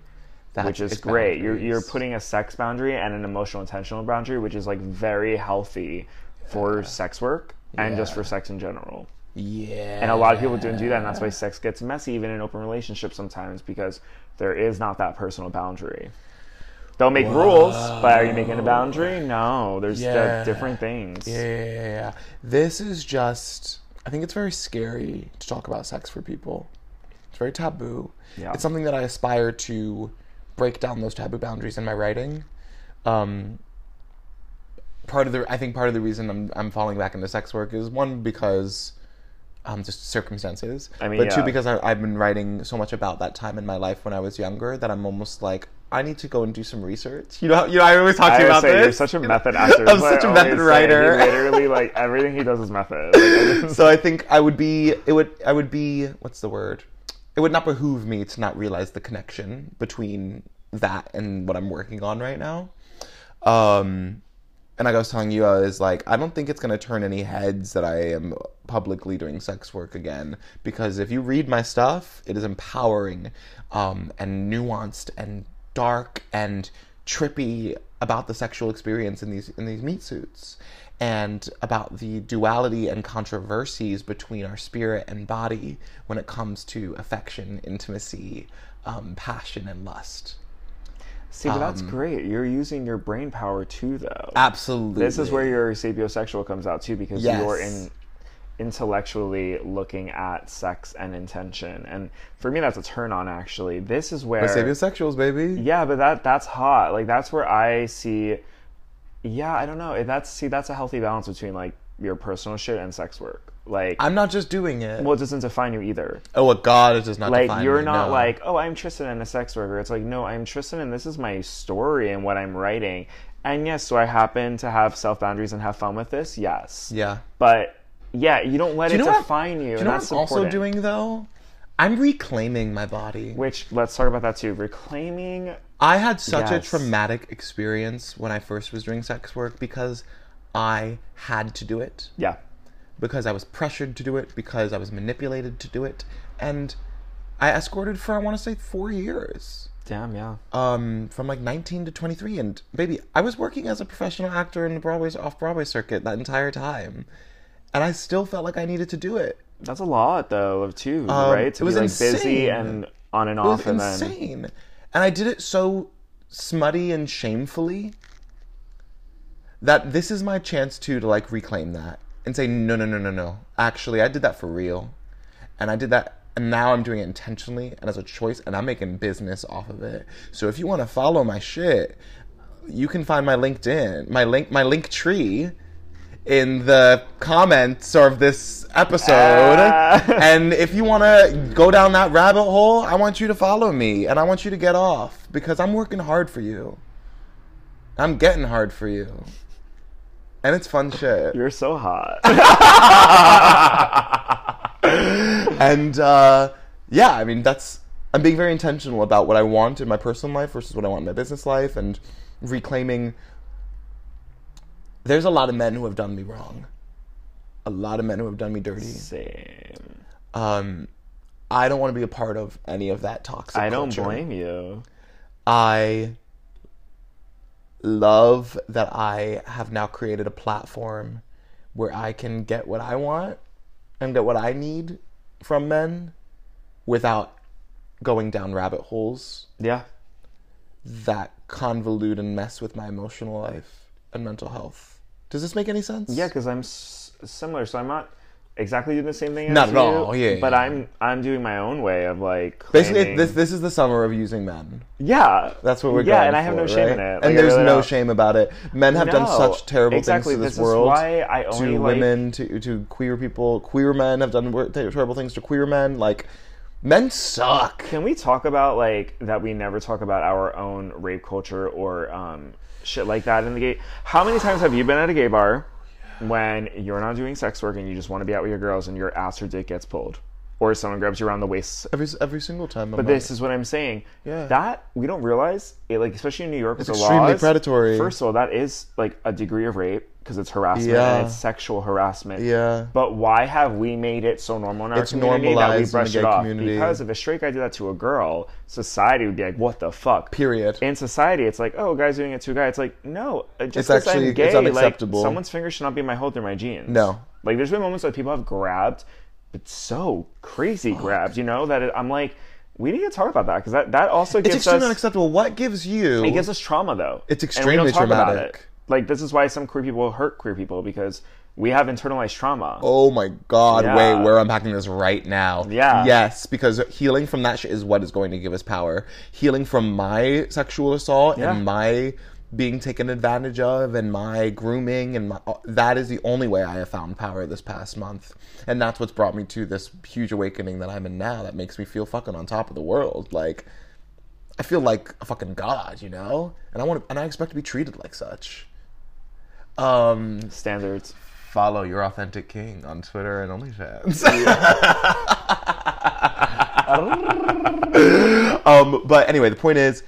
S2: That
S1: which is
S2: is
S1: great. You're you're
S2: boundaries.
S1: putting a sex boundary and an emotional intentional boundary, which is like very healthy for sex work and just
S2: Yeah.
S1: for sex in general.
S2: Yeah.
S1: And a lot of people don't do that, and that's why sex gets messy, even in open relationships sometimes, because there is not that personal boundary. They'll make rules, but are you making a boundary? No, there's the
S2: Yeah.
S1: different things.
S2: Yeah. This is just, I think it's very scary to talk about sex for people. It's very taboo.
S1: Yeah.
S2: It's something that I aspire to break down those taboo boundaries in my writing. Um, part of the, I think part of the reason I'm, I'm falling back into sex work is one, because um, just circumstances.
S1: I mean,
S2: but two,
S1: yeah.
S2: because I, I've been writing so much about that time in my life when I was younger that I'm almost like, I need to go and do some research. You know, you know I always talk to
S1: I
S2: you
S1: would
S2: about
S1: say
S2: this.
S1: you're such a method actor.
S2: I'm
S1: is what I
S2: such a
S1: always
S2: method
S1: say.
S2: writer.
S1: He literally, like everything he does is method. Like,
S2: so I think I would be it would I would be what's the word? It would not behoove me to not realize the connection between that and what I'm working on right now. Um and like I was telling you, I was like, I don't think it's gonna turn any heads that I am publicly doing sex work again. Because if you read my stuff, it is empowering um and nuanced and dark and trippy about the sexual experience in these in these meat suits and about the duality and controversies between our spirit and body when it comes to affection, intimacy, um, passion, and lust.
S1: see, but
S2: Um,
S1: that's great. You're using your brain power too, though.
S2: Absolutely.
S1: This is where your sapiosexual comes out too, because
S2: Yes.
S1: you're in intellectually looking at sex and intention, and for me, that's a turn on. Actually, this is where
S2: Save your sexuals, baby.
S1: Yeah, but that that's hot. Like that's where I see. Yeah, I don't know. That's see, that's a healthy balance between like your personal shit and sex work. Like,
S2: I'm not just doing it.
S1: well, it doesn't define you either.
S2: oh, a god, it does not
S1: Like
S2: define
S1: you're
S2: me,
S1: not
S2: no.
S1: like, oh, I'm Tristan and a sex worker. It's like, no, I'm Tristan and this is my story and what I'm writing. And yes, do I happen to have self boundaries and have fun with this? Yes.
S2: yeah.
S1: But yeah, you don't let
S2: you
S1: it
S2: know what-
S1: define you.
S2: Do you
S1: and
S2: know
S1: that's
S2: what I'm also
S1: important.
S2: doing though? I'm reclaiming my body.
S1: Which let's talk about that too. Reclaiming.
S2: I had such
S1: Yes.
S2: a traumatic experience when I first was doing sex work because I had to do it.
S1: Yeah.
S2: because I was pressured to do it, because I was manipulated to do it, and I escorted for I want to say four years,
S1: Damn. Yeah.
S2: um, from like 19 to 23. And baby, I was working as a professional actor in the Broadway off Broadway circuit that entire time, and I still felt like I needed to do it.
S1: That's a lot, though, of two, right? To
S2: Um, it was
S1: be like busy
S2: insane.
S1: and on and
S2: It
S1: off,
S2: was
S1: and then
S2: insane, and I did it so smutty and shamefully that this is my chance to to like reclaim that and say no no no no no actually I did that for real and I did that and now I'm doing it intentionally and as a choice and I'm making business off of it. So if you want to follow my shit, you can find my LinkedIn, my link my link tree in the comments of this episode.
S1: Ah.
S2: and if you want to go down that rabbit hole, I want you to follow me and I want you to get off because I'm working hard for you. I'm getting hard for you. And it's fun shit.
S1: you're so hot.
S2: and uh, yeah, I mean that's I'm being very intentional about what I want in my personal life versus what I want in my business life, and reclaiming. There's a lot of men who have done me wrong, a lot of men who have done me dirty.
S1: Same.
S2: Um, I don't want to be a part of any of that toxic.
S1: I don't
S2: culture.
S1: blame you.
S2: I love that I have now created a platform where I can get what I want and get what I need from men without going down rabbit holes
S1: Yeah,
S2: that convolute and mess with my emotional life and mental health. Does this make any sense?
S1: yeah, because I'm s- similar, so I'm not exactly doing the same thing.
S2: Not
S1: as
S2: at
S1: you,
S2: all, yeah,
S1: but
S2: yeah.
S1: I'm I'm doing my own way of like
S2: Basically,
S1: claiming-
S2: this this is the summer of using men.
S1: Yeah,
S2: That's what we're
S1: yeah,
S2: going
S1: and I have
S2: for,
S1: no shame
S2: right?
S1: in it. Like, I
S2: and there's
S1: really
S2: no
S1: don't.
S2: shame about it. Men have done
S1: No,
S2: such terrible
S1: exactly,
S2: things to this,
S1: this is
S2: world.
S1: why I only,
S2: to
S1: like-
S2: women, to to queer people, queer men have done wor- ter- terrible things to queer men. Like men suck.
S1: Can we talk about like that? We never talk about our own rape culture or um, shit like that in the gay. How many times have you been at a gay bar when you're not doing sex work and you just want to be out with your girls and your ass or dick gets pulled, or someone grabs you around the waist?
S2: Every every single time. But
S1: This is what I'm saying.
S2: Yeah.
S1: That we don't realize it, like especially in New York with
S2: It's
S1: the
S2: extremely
S1: laws.
S2: predatory.
S1: First of all, that is like a degree of rape because it's harassment
S2: Yeah.
S1: and it's sexual harassment.
S2: Yeah.
S1: But why have we made it so normal in our
S2: It's
S1: community that
S2: normalized in
S1: we
S2: the
S1: brush
S2: gay
S1: it off?
S2: community.
S1: Because if a straight guy did that to a girl, society would be like, "What the fuck?"
S2: Period.
S1: In society, it's like, "Oh, a guy's doing it to a guy." It's like, no, uh, just
S2: It's
S1: because I'm
S2: actually-
S1: gay,
S2: it's
S1: like
S2: unacceptable.
S1: someone's finger should not be my hole through my jeans.
S2: No.
S1: Like there's been moments that people have grabbed but so crazy grabbed, you know, that it, I'm like, we need to talk about that because that, that also
S2: It's
S1: gives
S2: extremely
S1: us
S2: unacceptable. What gives you?
S1: it gives us trauma though.
S2: It's
S1: And we don't
S2: extremely
S1: talk about
S2: traumatic.
S1: it. Like this is why some queer people hurt queer people because we have internalized trauma.
S2: oh my god!
S1: Yeah.
S2: Wait, we're unpacking this right now.
S1: Yeah.
S2: Yes, because healing from that shit is what is going to give us power. Healing from my sexual assault
S1: Yeah.
S2: and my being taken advantage of and my grooming and my, uh, that is the only way I have found power this past month, and that's what's brought me to this huge awakening that I'm in now. That makes me feel fucking on top of the world. Like, I feel like a fucking god, you know, and I want to, and I expect to be treated like such. Um.
S1: Standards.
S2: follow your authentic king on Twitter and OnlyFans. um, but anyway, the point is,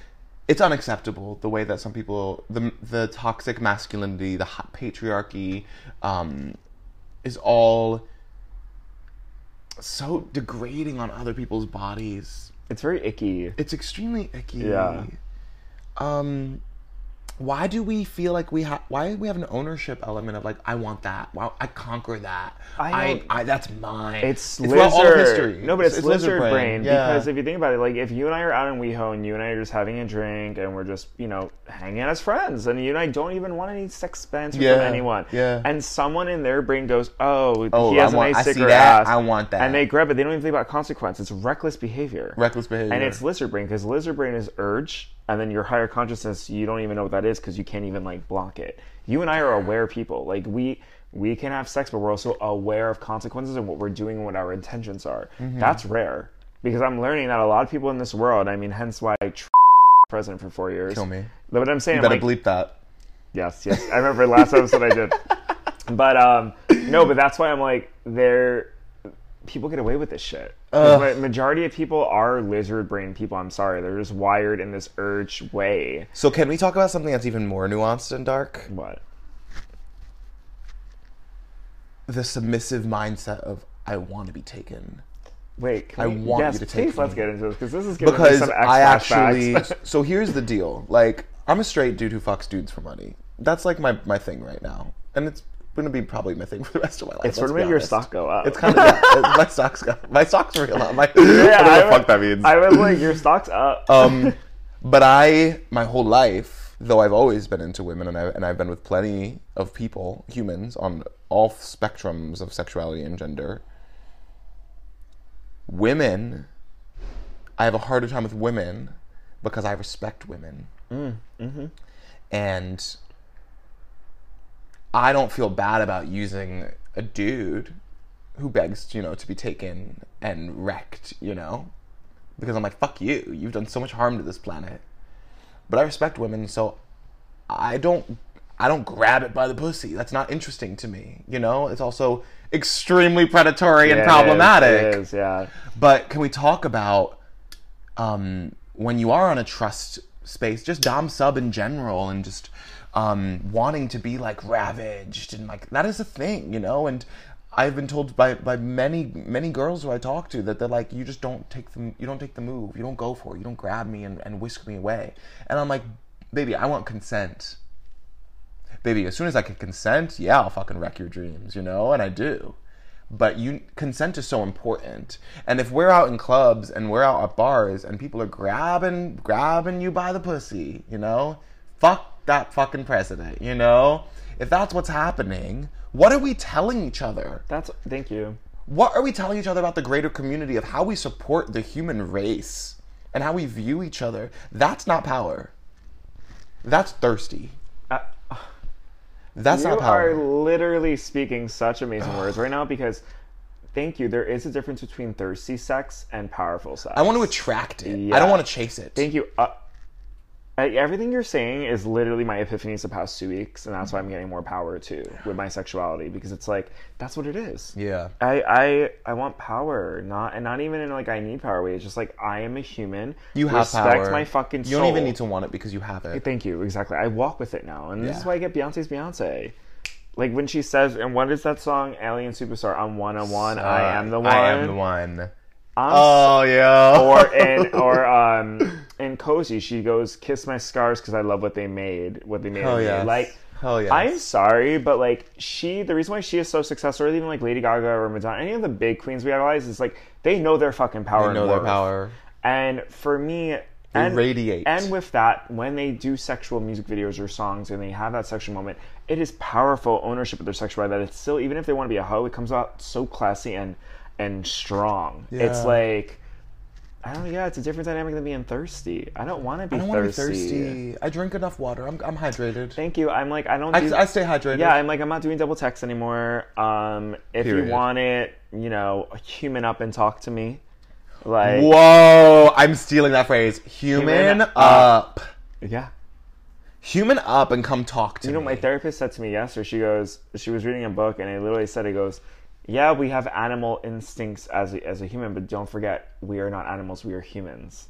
S2: it's unacceptable the way that some people the the toxic masculinity, the hot patriarchy, um, is all so degrading on other people's bodies.
S1: It's very icky.
S2: It's extremely icky.
S1: Yeah.
S2: Um, why do we feel like we have? Why do we have an ownership element of like I want that? Wow, I conquer that.
S1: I
S2: I,
S1: don't-
S2: I, that's mine.
S1: It's, lizard.
S2: throughout all of history.
S1: No, but it's, lizard, brain,
S2: Yeah.
S1: because if you think about it, like if you and I are out in WeHo and you and I are just having a drink and we're just you know hanging out as friends and you and I don't even want any sexpence
S2: Yeah,
S1: from anyone,
S2: yeah.
S1: and someone in their brain goes, "Oh,
S2: Oh,
S1: he has a
S2: I want- I
S1: nice
S2: see
S1: cigarette
S2: that.
S1: ass,"
S2: I want that.
S1: and they grab it. They don't even think about consequence. It's reckless behavior.
S2: reckless behavior.
S1: and it's lizard brain because lizard brain is urge, and then your higher consciousness, you don't even know what that is because you can't even like block it. You and I are aware people. Like we we can have sex, but we're also aware of consequences and what we're doing and what our intentions are.
S2: Mm-hmm.
S1: That's rare because I'm learning that a lot of people in this world. I mean, hence why I tr- president for four years.
S2: Kill me.
S1: But what I'm saying,
S2: better
S1: like,
S2: bleep that.
S1: Yes, yes. I remember last episode I did. But um no, but that's why I'm like there people get away with this shit. 'Cause the majority of people are lizard brain people, I'm sorry. They're just wired in this urge way.
S2: So can we talk about something that's even more nuanced and dark?
S1: What?
S2: The submissive mindset of I want to be taken.
S1: Wait, can
S2: I
S1: we-
S2: want
S1: yes,
S2: you to take
S1: please let's
S2: me.
S1: get into this because this is giving me
S2: because
S1: some X
S2: I actually.
S1: flashbacks.
S2: so here's the deal. Like, I'm a straight dude who fucks dudes for money. That's like my, my thing right now, and it's gonna be probably my thing for the rest of my life.
S1: It's sort of
S2: let's
S1: made
S2: be
S1: your
S2: honest.
S1: stock go up.
S2: It's kind of yeah, my socks. Got, my socks are real. My,
S1: Yeah,
S2: whatever
S1: I
S2: the
S1: was-
S2: fuck that means.
S1: I was like, your stock's up.
S2: um, but I, my whole life, though I've always been into women, and, I, and I've been with plenty of people, humans, on all spectrums of sexuality and gender. Women, I have a harder time with women because I respect women,
S1: Mm, mm-hmm.
S2: and I don't feel bad about using a dude who begs, you know, to be taken and wrecked, you know, because I'm like, fuck you. You've done so much harm to this planet. But I respect women, so I don't I don't grab it by the pussy. That's not interesting to me. You know? It's also extremely predatory
S1: Yeah, it
S2: and
S1: is,
S2: problematic.
S1: It is, yeah.
S2: But can we talk about um, when you are on a trust space, just dom sub in general, and just um, wanting to be like ravaged and like that is a thing, you know? And I've been told by by many many girls who I talk to that they're like, you just don't take the you don't take the move, you don't go for it, you don't grab me and, and whisk me away. And I'm like, baby, I want consent. Baby, as soon as I can consent, yeah, I'll fucking wreck your dreams, you know? And I do but you consent is so important and if we're out in clubs and we're out at bars and people are grabbing grabbing you by the pussy you know fuck that fucking president you know if that's what's happening what are we telling each other
S1: That's thank you.
S2: what are we telling each other about the greater community of how we support the human race and how we view each other that's not power that's thirsty
S1: Uh,
S2: that's
S1: you
S2: not power
S1: are literally speaking such amazing words right now because thank you there is a difference between thirsty sex and powerful sex
S2: i want to attract it i
S1: Yeah.
S2: don't want to chase it
S1: thank you uh, uh, everything you're saying is literally my epiphanies the past two weeks and that's why i'm getting more power too with my sexuality because it's like that's what it is
S2: yeah
S1: I, I I want power, not and not even in like I need power way. It's just like I am a human.
S2: You have
S1: respect
S2: power.
S1: my fucking.
S2: You don't even
S1: soul.
S2: need to want it because you have it.
S1: Thank you. Exactly. I walk with it now, and this is
S2: Yeah.
S1: why I get Beyonce's Beyonce. Like when she says, "And what is that song? Alien Superstar. I'm one on one. I am the one.
S2: I am the one.
S1: I'm
S2: Oh yeah.
S1: or in or um in cozy she goes kiss my scars because i love what they made what they made
S2: Hell
S1: of me."
S2: Oh, yes.
S1: like
S2: Hell yeah.
S1: I'm sorry, but like she, the reason why she is so successful, or even like Lady Gaga or Madonna, any of the big queens we idolize, is like they know their fucking power.
S2: I know
S1: and
S2: their
S1: worth.
S2: power.
S1: And for me, and
S2: radiate.
S1: And with that, when they do sexual music videos or songs, and they have that sexual moment, it is powerful ownership of their sexuality. That it's still, even if they want to be a hoe, it comes out so classy and and strong. It's
S2: Yeah.
S1: like. I don't. Yeah, it's a different dynamic than being thirsty. I don't want to be
S2: I don't want to be
S1: thirsty.
S2: thirsty. I drink enough water. I'm, I'm hydrated.
S1: Thank you. I'm like I don't. do-
S2: I, I stay hydrated.
S1: yeah, I'm like, I'm not doing double text anymore. Um, if
S2: Period.
S1: you want it, you know, human up and talk to me. Like,
S2: Whoa, I'm stealing that phrase. Human,
S1: Human
S2: up.
S1: yeah.
S2: Human up and come talk to
S1: You know,
S2: me.
S1: my therapist said to me yesterday, she goes, she was reading a book, and it literally said, it goes, yeah, we have animal instincts as a, as a human, but don't forget, we are not animals, we are humans.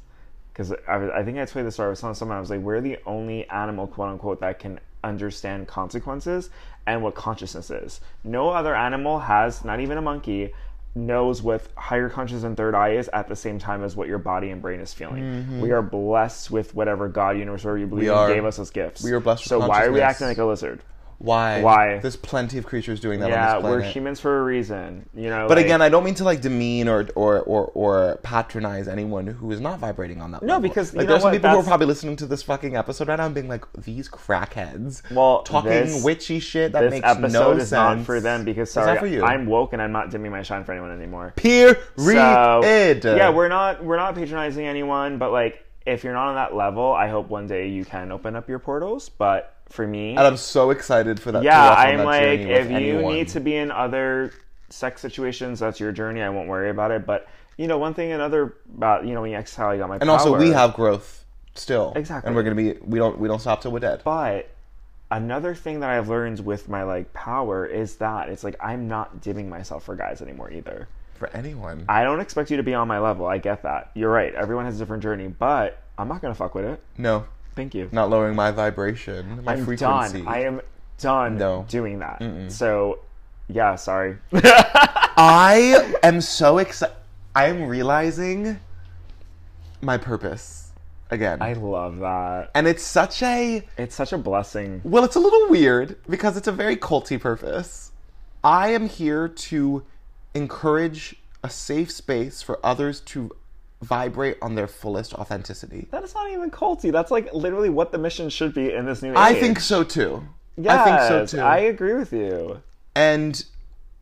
S1: Because I, was- I think I told you this story, I was telling someone, I was like, we're the only animal, quote unquote, that can understand consequences and what consciousness is. No other animal has, not even a monkey, knows what higher conscious and third eye is at the same time as what your body and brain is feeling. We are blessed with whatever God, universe, whatever you believe in,
S2: are.
S1: gave us as gifts.
S2: We are blessed with
S1: So why are we
S2: consciousness.
S1: acting like a lizard?
S2: why?
S1: Why?
S2: There's plenty of creatures doing that
S1: Yeah,
S2: on this
S1: we're
S2: planet.
S1: humans for a reason. You know.
S2: But again, I don't mean to like demean or or or, or patronize anyone who is not vibrating on that.
S1: No,
S2: level.
S1: because, you
S2: like
S1: know
S2: there's
S1: what,
S2: some people who are
S1: that's-
S2: probably listening to this fucking episode right now and being like, these crackheads,
S1: Well,
S2: talking
S1: this-
S2: witchy shit that
S1: this
S2: makes
S1: episode
S2: no
S1: is
S2: sense
S1: not for them because
S2: not
S1: sorry,
S2: for you.
S1: I'm woke and I'm not dimming my shine for anyone anymore.
S2: Period.
S1: So yeah, we're not we're not patronizing anyone, but like if you're not on that level, I hope one day you can open up your portals. But for me,
S2: and I'm so excited for that. to
S1: yeah,
S2: walk on
S1: I'm
S2: that
S1: like
S2: journey with
S1: if you
S2: anyone.
S1: need to be in other sex situations, that's your journey. I won't worry about it. But you know, one thing another about you know when you exhale, I got my
S2: And also, we
S1: power.
S2: have growth still.
S1: Exactly.
S2: And we're gonna be. We don't. We don't stop till we're dead.
S1: But another thing that I've learned with my like power is that it's like I'm not dimming myself for guys anymore either.
S2: For anyone.
S1: I don't expect you to be on my level. I get that. You're right. Everyone has a different journey, but I'm not gonna fuck with it.
S2: no.
S1: Thank you.
S2: Not lowering my vibration. My
S1: I'm
S2: frequency.
S1: done. I am done
S2: No.
S1: doing that. So, yeah. Sorry.
S2: I am so excited. I am realizing my purpose again.
S1: I love that.
S2: and it's such a.
S1: It's such a blessing.
S2: Well, it's a little weird because it's a very culty purpose. I am here to encourage a safe space for others to vibrate on their fullest authenticity.
S1: That is not even culty. That's like literally what the mission should be in this new. Age.
S2: I think so too.
S1: Yes,
S2: I think so too.
S1: I agree with you.
S2: and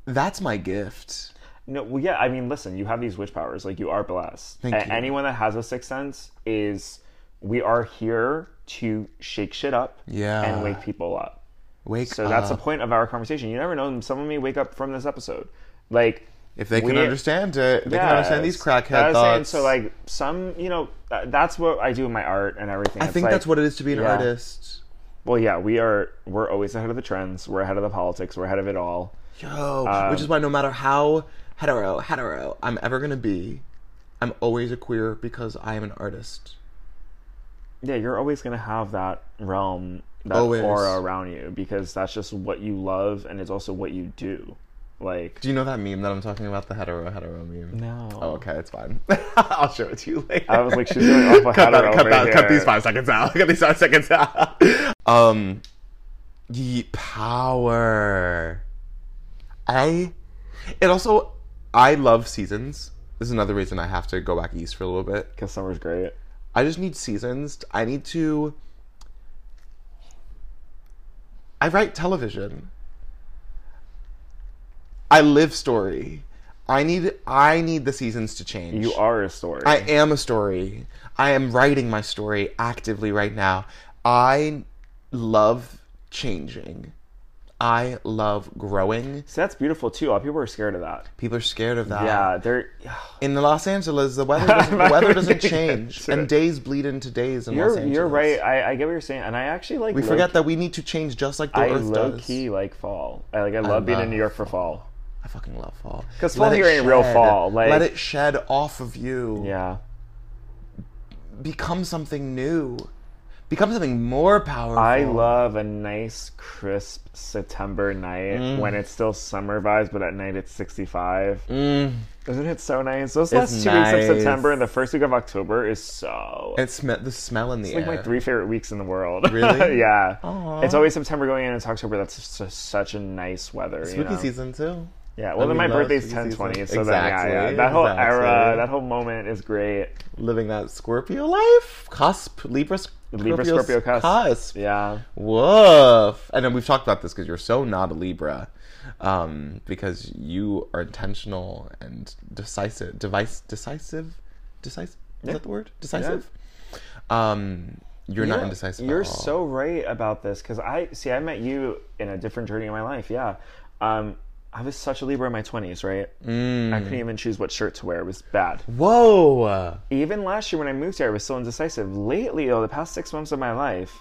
S2: that's my gift.
S1: No, well, yeah. I mean, listen, you have these witch powers. Like, you are blessed.
S2: Thank
S1: A-
S2: you.
S1: Anyone that has a sixth sense is, we are here to shake shit up,
S2: Yeah. Uh-huh.
S1: and wake people up.
S2: Wake
S1: So
S2: up.
S1: that's the point of our conversation. You never know, someone may wake up from this episode. Like,
S2: if they can
S1: we-
S2: understand it, they can understand these
S1: yes,
S2: crackhead
S1: that's it. And
S2: thoughts.
S1: so, like, some, you know, th- that's what I do in my art and everything.
S2: I think that's what it is to be an
S1: yeah.
S2: artist.
S1: Well, yeah, we are. We're always ahead of the trends. We're ahead of the politics. We're ahead of it all.
S2: Yo,
S1: Uh,
S2: which is why no matter how hetero, hetero I'm ever gonna be, I'm always a queer because I am an artist.
S1: yeah, you're always gonna have that realm, that
S2: Always.
S1: aura around you because that's just what you love and it's also what you do. Like
S2: Do you know that meme that I'm talking about? The hetero, hetero meme.
S1: no,
S2: Oh, okay, it's fine. I'll show it to you later.
S1: I was like, she's doing off a
S2: cut that,
S1: hetero
S2: cut
S1: right
S2: that, cut these
S1: here.
S2: five seconds out. Cut these five seconds out. um, ye power. I. It also. I love seasons. This is another reason I have to go back east for a little bit.
S1: because summer's great.
S2: I just need seasons. I need to. I write television. I live story. I need I need the seasons to change.
S1: You are a story.
S2: I am a story. I am writing my story actively right now. I love changing. I love growing.
S1: so that's beautiful too. A lot of people are scared of that.
S2: People are scared of that.
S1: yeah, they're.
S2: In Los Angeles, the weather doesn't, the
S1: not
S2: weather
S1: even
S2: doesn't
S1: getting
S2: change,
S1: into
S2: and
S1: it.
S2: days bleed into days in Los
S1: You're
S2: Angeles.
S1: you're right. I, I get what you're saying, and I actually like.
S2: We forget that we need to change just like the
S1: I
S2: earth
S1: low
S2: does.
S1: key like fall. I like. I love being in New York for fall.
S2: I fucking love fall.
S1: 'Cause
S2: Let
S1: fall
S2: it
S1: here ain't real fall, like-
S2: Let it shed off of you.
S1: Yeah.
S2: Become something new. Become something more powerful.
S1: I love a nice, crisp September night
S2: Mm.
S1: when it's still summer vibes, but at night it's 65. Isn't it so nice? Those last two weeks of
S2: Mm. nice.
S1: September and the first week of October is so.
S2: It sm- the smell in the
S1: It's
S2: air.
S1: like my three favorite weeks in the world.
S2: Really?
S1: yeah. It's always September going in. It's October. That's just such a nice weather. you
S2: Spooky
S1: know?
S2: season too.
S1: Yeah. Well,
S2: I
S1: then my
S2: love
S1: birthday's
S2: spooky
S1: ten twenty. So
S2: season.
S1: then, yeah, yeah.
S2: Exactly,
S1: That whole era,
S2: exactly.
S1: that whole moment is great.
S2: Living that Scorpio life. Cusp. Libra. Sc-
S1: Libra,
S2: Scorpio's
S1: Scorpio cusp.
S2: cusp.
S1: Yeah.
S2: Woof. And then we've talked about this because you're so not a Libra, um, because you are intentional and decisive, device, decisive, decisive. Is that the word? Decisive. Um, you're not
S1: Yeah,
S2: indecisive. at
S1: You're
S2: all.
S1: so right about this because I see. I met you in a different journey in my life. Yeah, um, I was such a Libra in my twenties, right? I
S2: Mm.
S1: couldn't even choose what shirt to wear. It was bad.
S2: Whoa.
S1: Even last year when I moved here, I was still indecisive. Lately, though, the past six months of my life,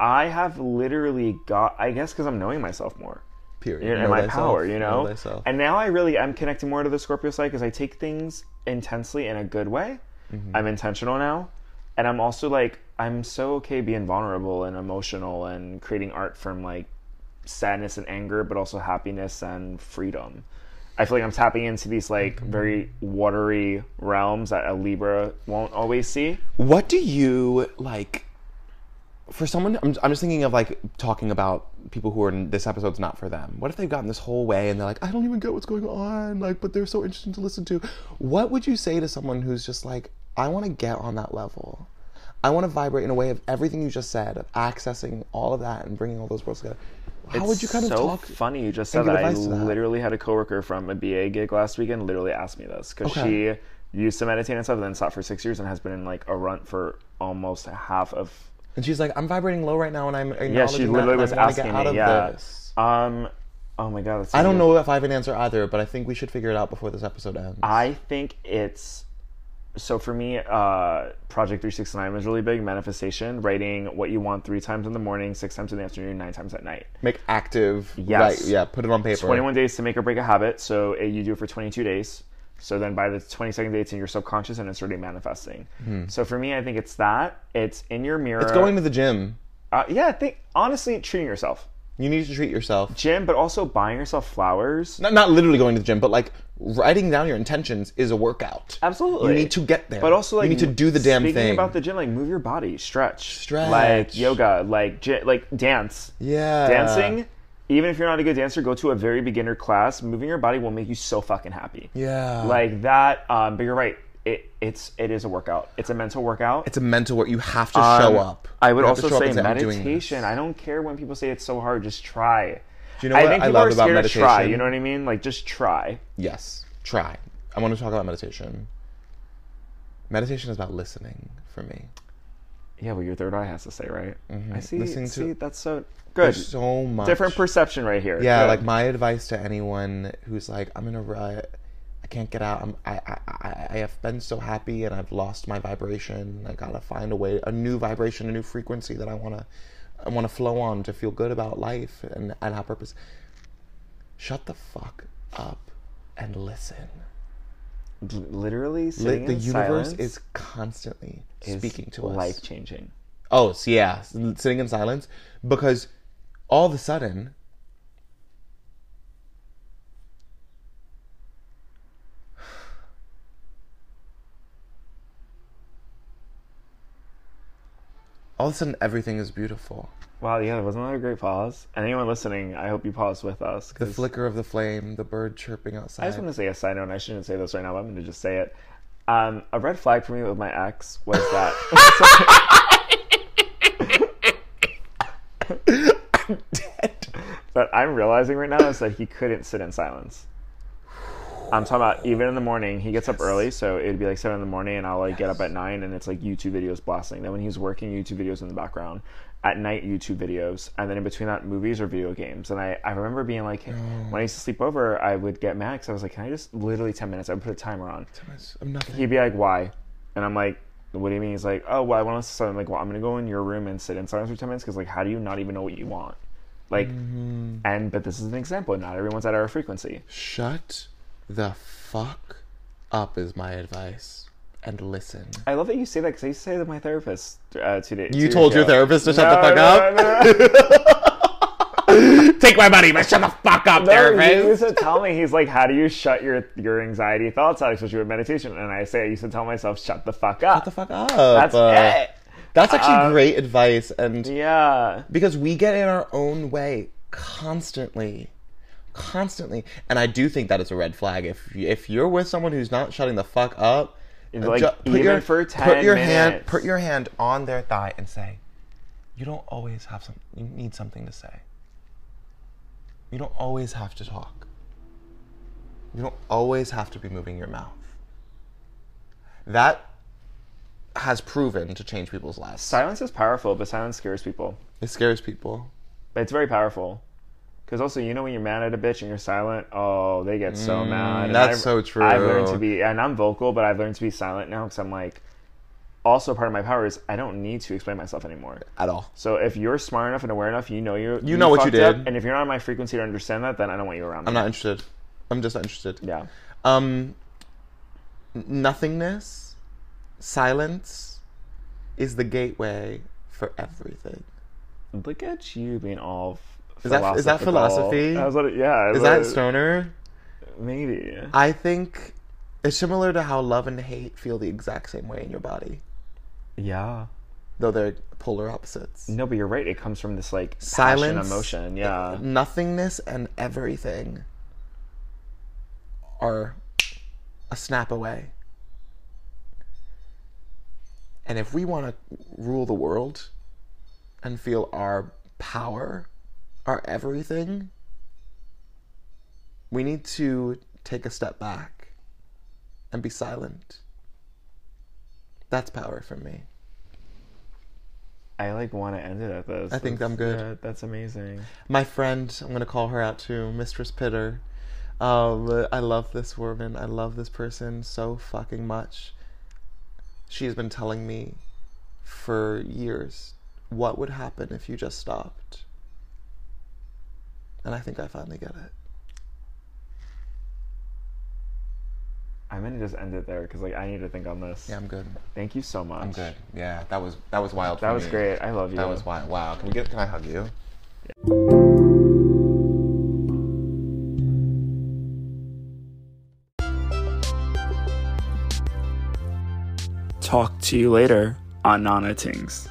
S1: I have literally got. I guess because I'm knowing myself more
S2: Period.
S1: and
S2: Know
S1: my
S2: thyself.
S1: power, you know.
S2: thyself.
S1: And now I really I'm connecting more to the Scorpio side because I take things intensely in a good way.
S2: Mm-hmm.
S1: I'm intentional now, and I'm also like I'm so okay being vulnerable and emotional and creating art from like sadness and anger, but also happiness and freedom. I feel like I'm tapping into these like
S2: Mm-hmm.
S1: very watery realms that a Libra won't always see.
S2: What do you like for someone? I'm, I'm just thinking of like talking about people who are in this episode's not for them. What if they've gotten this whole way and they're like, I don't even get what's going on, like, but they're so interesting to listen to. What would you say to someone who's just like, I want to get on that level? I want to vibrate in a way of everything you just said, of accessing all of that and bringing all those worlds together. How Oh, would you kind of
S1: so
S2: talk?
S1: funny you just said
S2: give
S1: that. I
S2: advice to that?
S1: literally had a coworker from a BA gig last weekend literally asked me this because
S2: Okay.
S1: she used to meditate and stuff and then stopped for six years and has been in like a runt for almost half of.
S2: and she's like, I'm vibrating low right now, and I'm acknowledging
S1: Yeah, she literally
S2: that,
S1: was
S2: and I want to
S1: asking
S2: get out
S1: me.
S2: of
S1: Yeah.
S2: this.
S1: Um, oh my god, that's
S2: I don't know if I have an answer either, but I think we should figure it out before this episode ends.
S1: I think it's so for me. Uh, Project three six nine was really big. Manifestation, writing what you want three times in the morning, six times in the afternoon, nine times at night.
S2: Make active.
S1: Yes.
S2: Right, yeah, put it on paper.
S1: 21 days to make or break a habit. So eh, you do it for 22 days. So then by the 22nd day, it's in your subconscious and it's already manifesting. So for me, I think it's that. It's in your mirror.
S2: Hmm. It's going to the gym.
S1: Uh, yeah, I think honestly, treating yourself,
S2: You need to treat yourself.
S1: Jim, but also buying yourself flowers.
S2: Not, not literally going to the gym, but like writing down your intentions is a workout.
S1: Absolutely.
S2: You need to get there.
S1: But also, like,
S2: you need to do the damn
S1: speaking
S2: thing.
S1: about the gym, like, move your body, stretch,
S2: Stretch.
S1: like yoga, like, gy- like dance,
S2: yeah.
S1: dancing. Even if you're not a good dancer, go to a very beginner class. Moving your body will make you so fucking happy.
S2: Yeah.
S1: like that. Um, but you're right. It, it's it is a workout. It's a mental workout.
S2: it's a mental work. You have to show
S1: Um,
S2: up.
S1: I would
S2: You have to
S1: also
S2: show up
S1: say
S2: and I'm doing this.
S1: meditation. I don't care when people say it's so hard. Just try. Do
S2: you know what
S1: I think
S2: I
S1: people
S2: love
S1: are
S2: about
S1: scared to try.
S2: meditation?
S1: You know what I mean? Like just try.
S2: Yes. Try. I want to talk about meditation. Meditation is about listening for me.
S1: Yeah, well, your third eye has to say right. I see.
S2: Mm-hmm. Listening to-
S1: see, that's so good.
S2: There's so much.
S1: Different perception right here.
S2: Yeah,
S1: Good.
S2: like my advice to anyone who's like, I'm in a rut, I can't get out. I'm, I, I, I, I have been so happy and I've lost my vibration. I gotta find a way, a new vibration, a new frequency that I wanna, I wanna flow on to feel good about life and and our purpose. Shut the fuck up and listen.
S1: L- literally
S2: The,
S1: sitting
S2: the
S1: in
S2: universe
S1: silence
S2: is constantly
S1: is
S2: speaking to us.
S1: Life changing.
S2: Oh, so yeah, s- sitting in silence because all of a sudden all of a sudden everything is beautiful.
S1: Wow. Yeah, that was another great pause. And anyone listening, I hope you pause with us.
S2: The
S1: 'cause-
S2: flicker of the flame, the bird chirping
S1: I just
S2: outside.
S1: want to say a side note. and I shouldn't say this right now, but I'm going to just say it. Um, a red flag for me with my ex was that. but I'm realizing right now is that he couldn't sit in silence. I'm talking about even in the morning. He gets up early, so it'd be like seven in the morning, and I'll like get up at nine, and it's like YouTube videos blasting. Then when he's working, YouTube videos in the background. At night, YouTube videos, and then in between that, movies or video games. And I, I remember being like, when I used to sleep over, I would get mad 'cause I was like, can I just literally ten minutes? I would put a timer on.
S2: I'm nothing.
S1: He'd be like, why? And I'm like, what do you mean? He's like, oh, well, I want to sit. I'm like, well, I'm gonna go in your room and sit in silence for ten minutes because like, how do you not even know what you want? Like, and but this is an example. Not everyone's at our frequency.
S2: Shut the fuck up is my advice.
S5: and listen.
S1: I love that you say that because I used to say that to my therapist uh, two days. two
S2: You
S1: years
S2: told your
S1: ago.
S2: therapist to shut
S1: No,
S2: the fuck
S1: no,
S2: up?
S1: no, no.
S5: Take my money, but shut the fuck up,
S1: No, he
S5: therapist.
S1: used to tell me he's like, "How do you shut your your anxiety thoughts out, especially with meditation?" And I say, "I used to tell myself, shut the fuck up."
S2: Shut the fuck up.
S1: That's
S2: Uh,
S1: it.
S2: That's actually
S1: Um,
S2: great advice. And
S1: Yeah.
S2: because we get in our own way constantly constantly and i do think that is a red flag if if you're with someone who's not shutting the fuck up
S1: It's like,
S2: ju-
S1: even for 10
S2: put your hand
S1: minutes.
S2: put your hand on their thigh and say you don't always have some you need something to say you don't always have to talk you don't always have to be moving your mouth that has proven to change people's lives
S1: Silence is powerful, but silence scares people.
S2: it scares people
S1: But it's very powerful. Because also, you know, when you're mad at a bitch and you're silent, oh, they get so mad. And
S2: Mm, that's
S1: I've-
S2: so true.
S1: I've learned to be, and I'm vocal, but I've learned to be silent now because I'm like, also part of my power is I don't need to explain myself anymore.
S2: at all
S1: So if you're smart enough and aware enough, you know you're you
S2: know what you
S1: fucked up,
S2: did.
S1: and if you're not on my frequency to understand that, then I don't want you around.
S2: I'm
S1: me.
S2: not interested. I'm just not interested.
S1: Yeah.
S2: Um, n- nothingness, silence, is the gateway for everything.
S1: Look at you being all. F-
S2: Is that- is that
S1: philosophical.
S2: philosophy?
S1: That's what it- yeah.
S2: Is that stoner?
S1: maybe?
S2: I think it's similar to how love and hate feel the exact same way in your body,
S1: Yeah.
S2: though they're polar opposites.
S1: No, but you're right. It comes from this like silent
S2: Silence,
S1: passion, emotion. Yeah.
S2: Nothingness and everything are a snap away. And if we want to rule the world and feel our power, our everything, we need to take a step back and be silent. That's power for me.
S1: I like want to end it at this.
S2: I think
S1: That's-
S2: I'm good.
S1: yeah, that's amazing.
S2: my friend i'm going to call her out too mistress pitter um, i love this woman i love this person so fucking much she's been telling me for years what would happen if you just stopped and i think i finally get it
S1: I'm gonna just end it there because like I need to think on this.
S2: yeah i'm good
S1: Thank you so much.
S5: I'm good. Yeah, that was that was wild.
S1: That
S5: for
S1: was
S5: me.
S1: great. I love you.
S5: That was wild. Wow. Can we get? Can I hug you?
S1: Talk to you later on Nana Tings.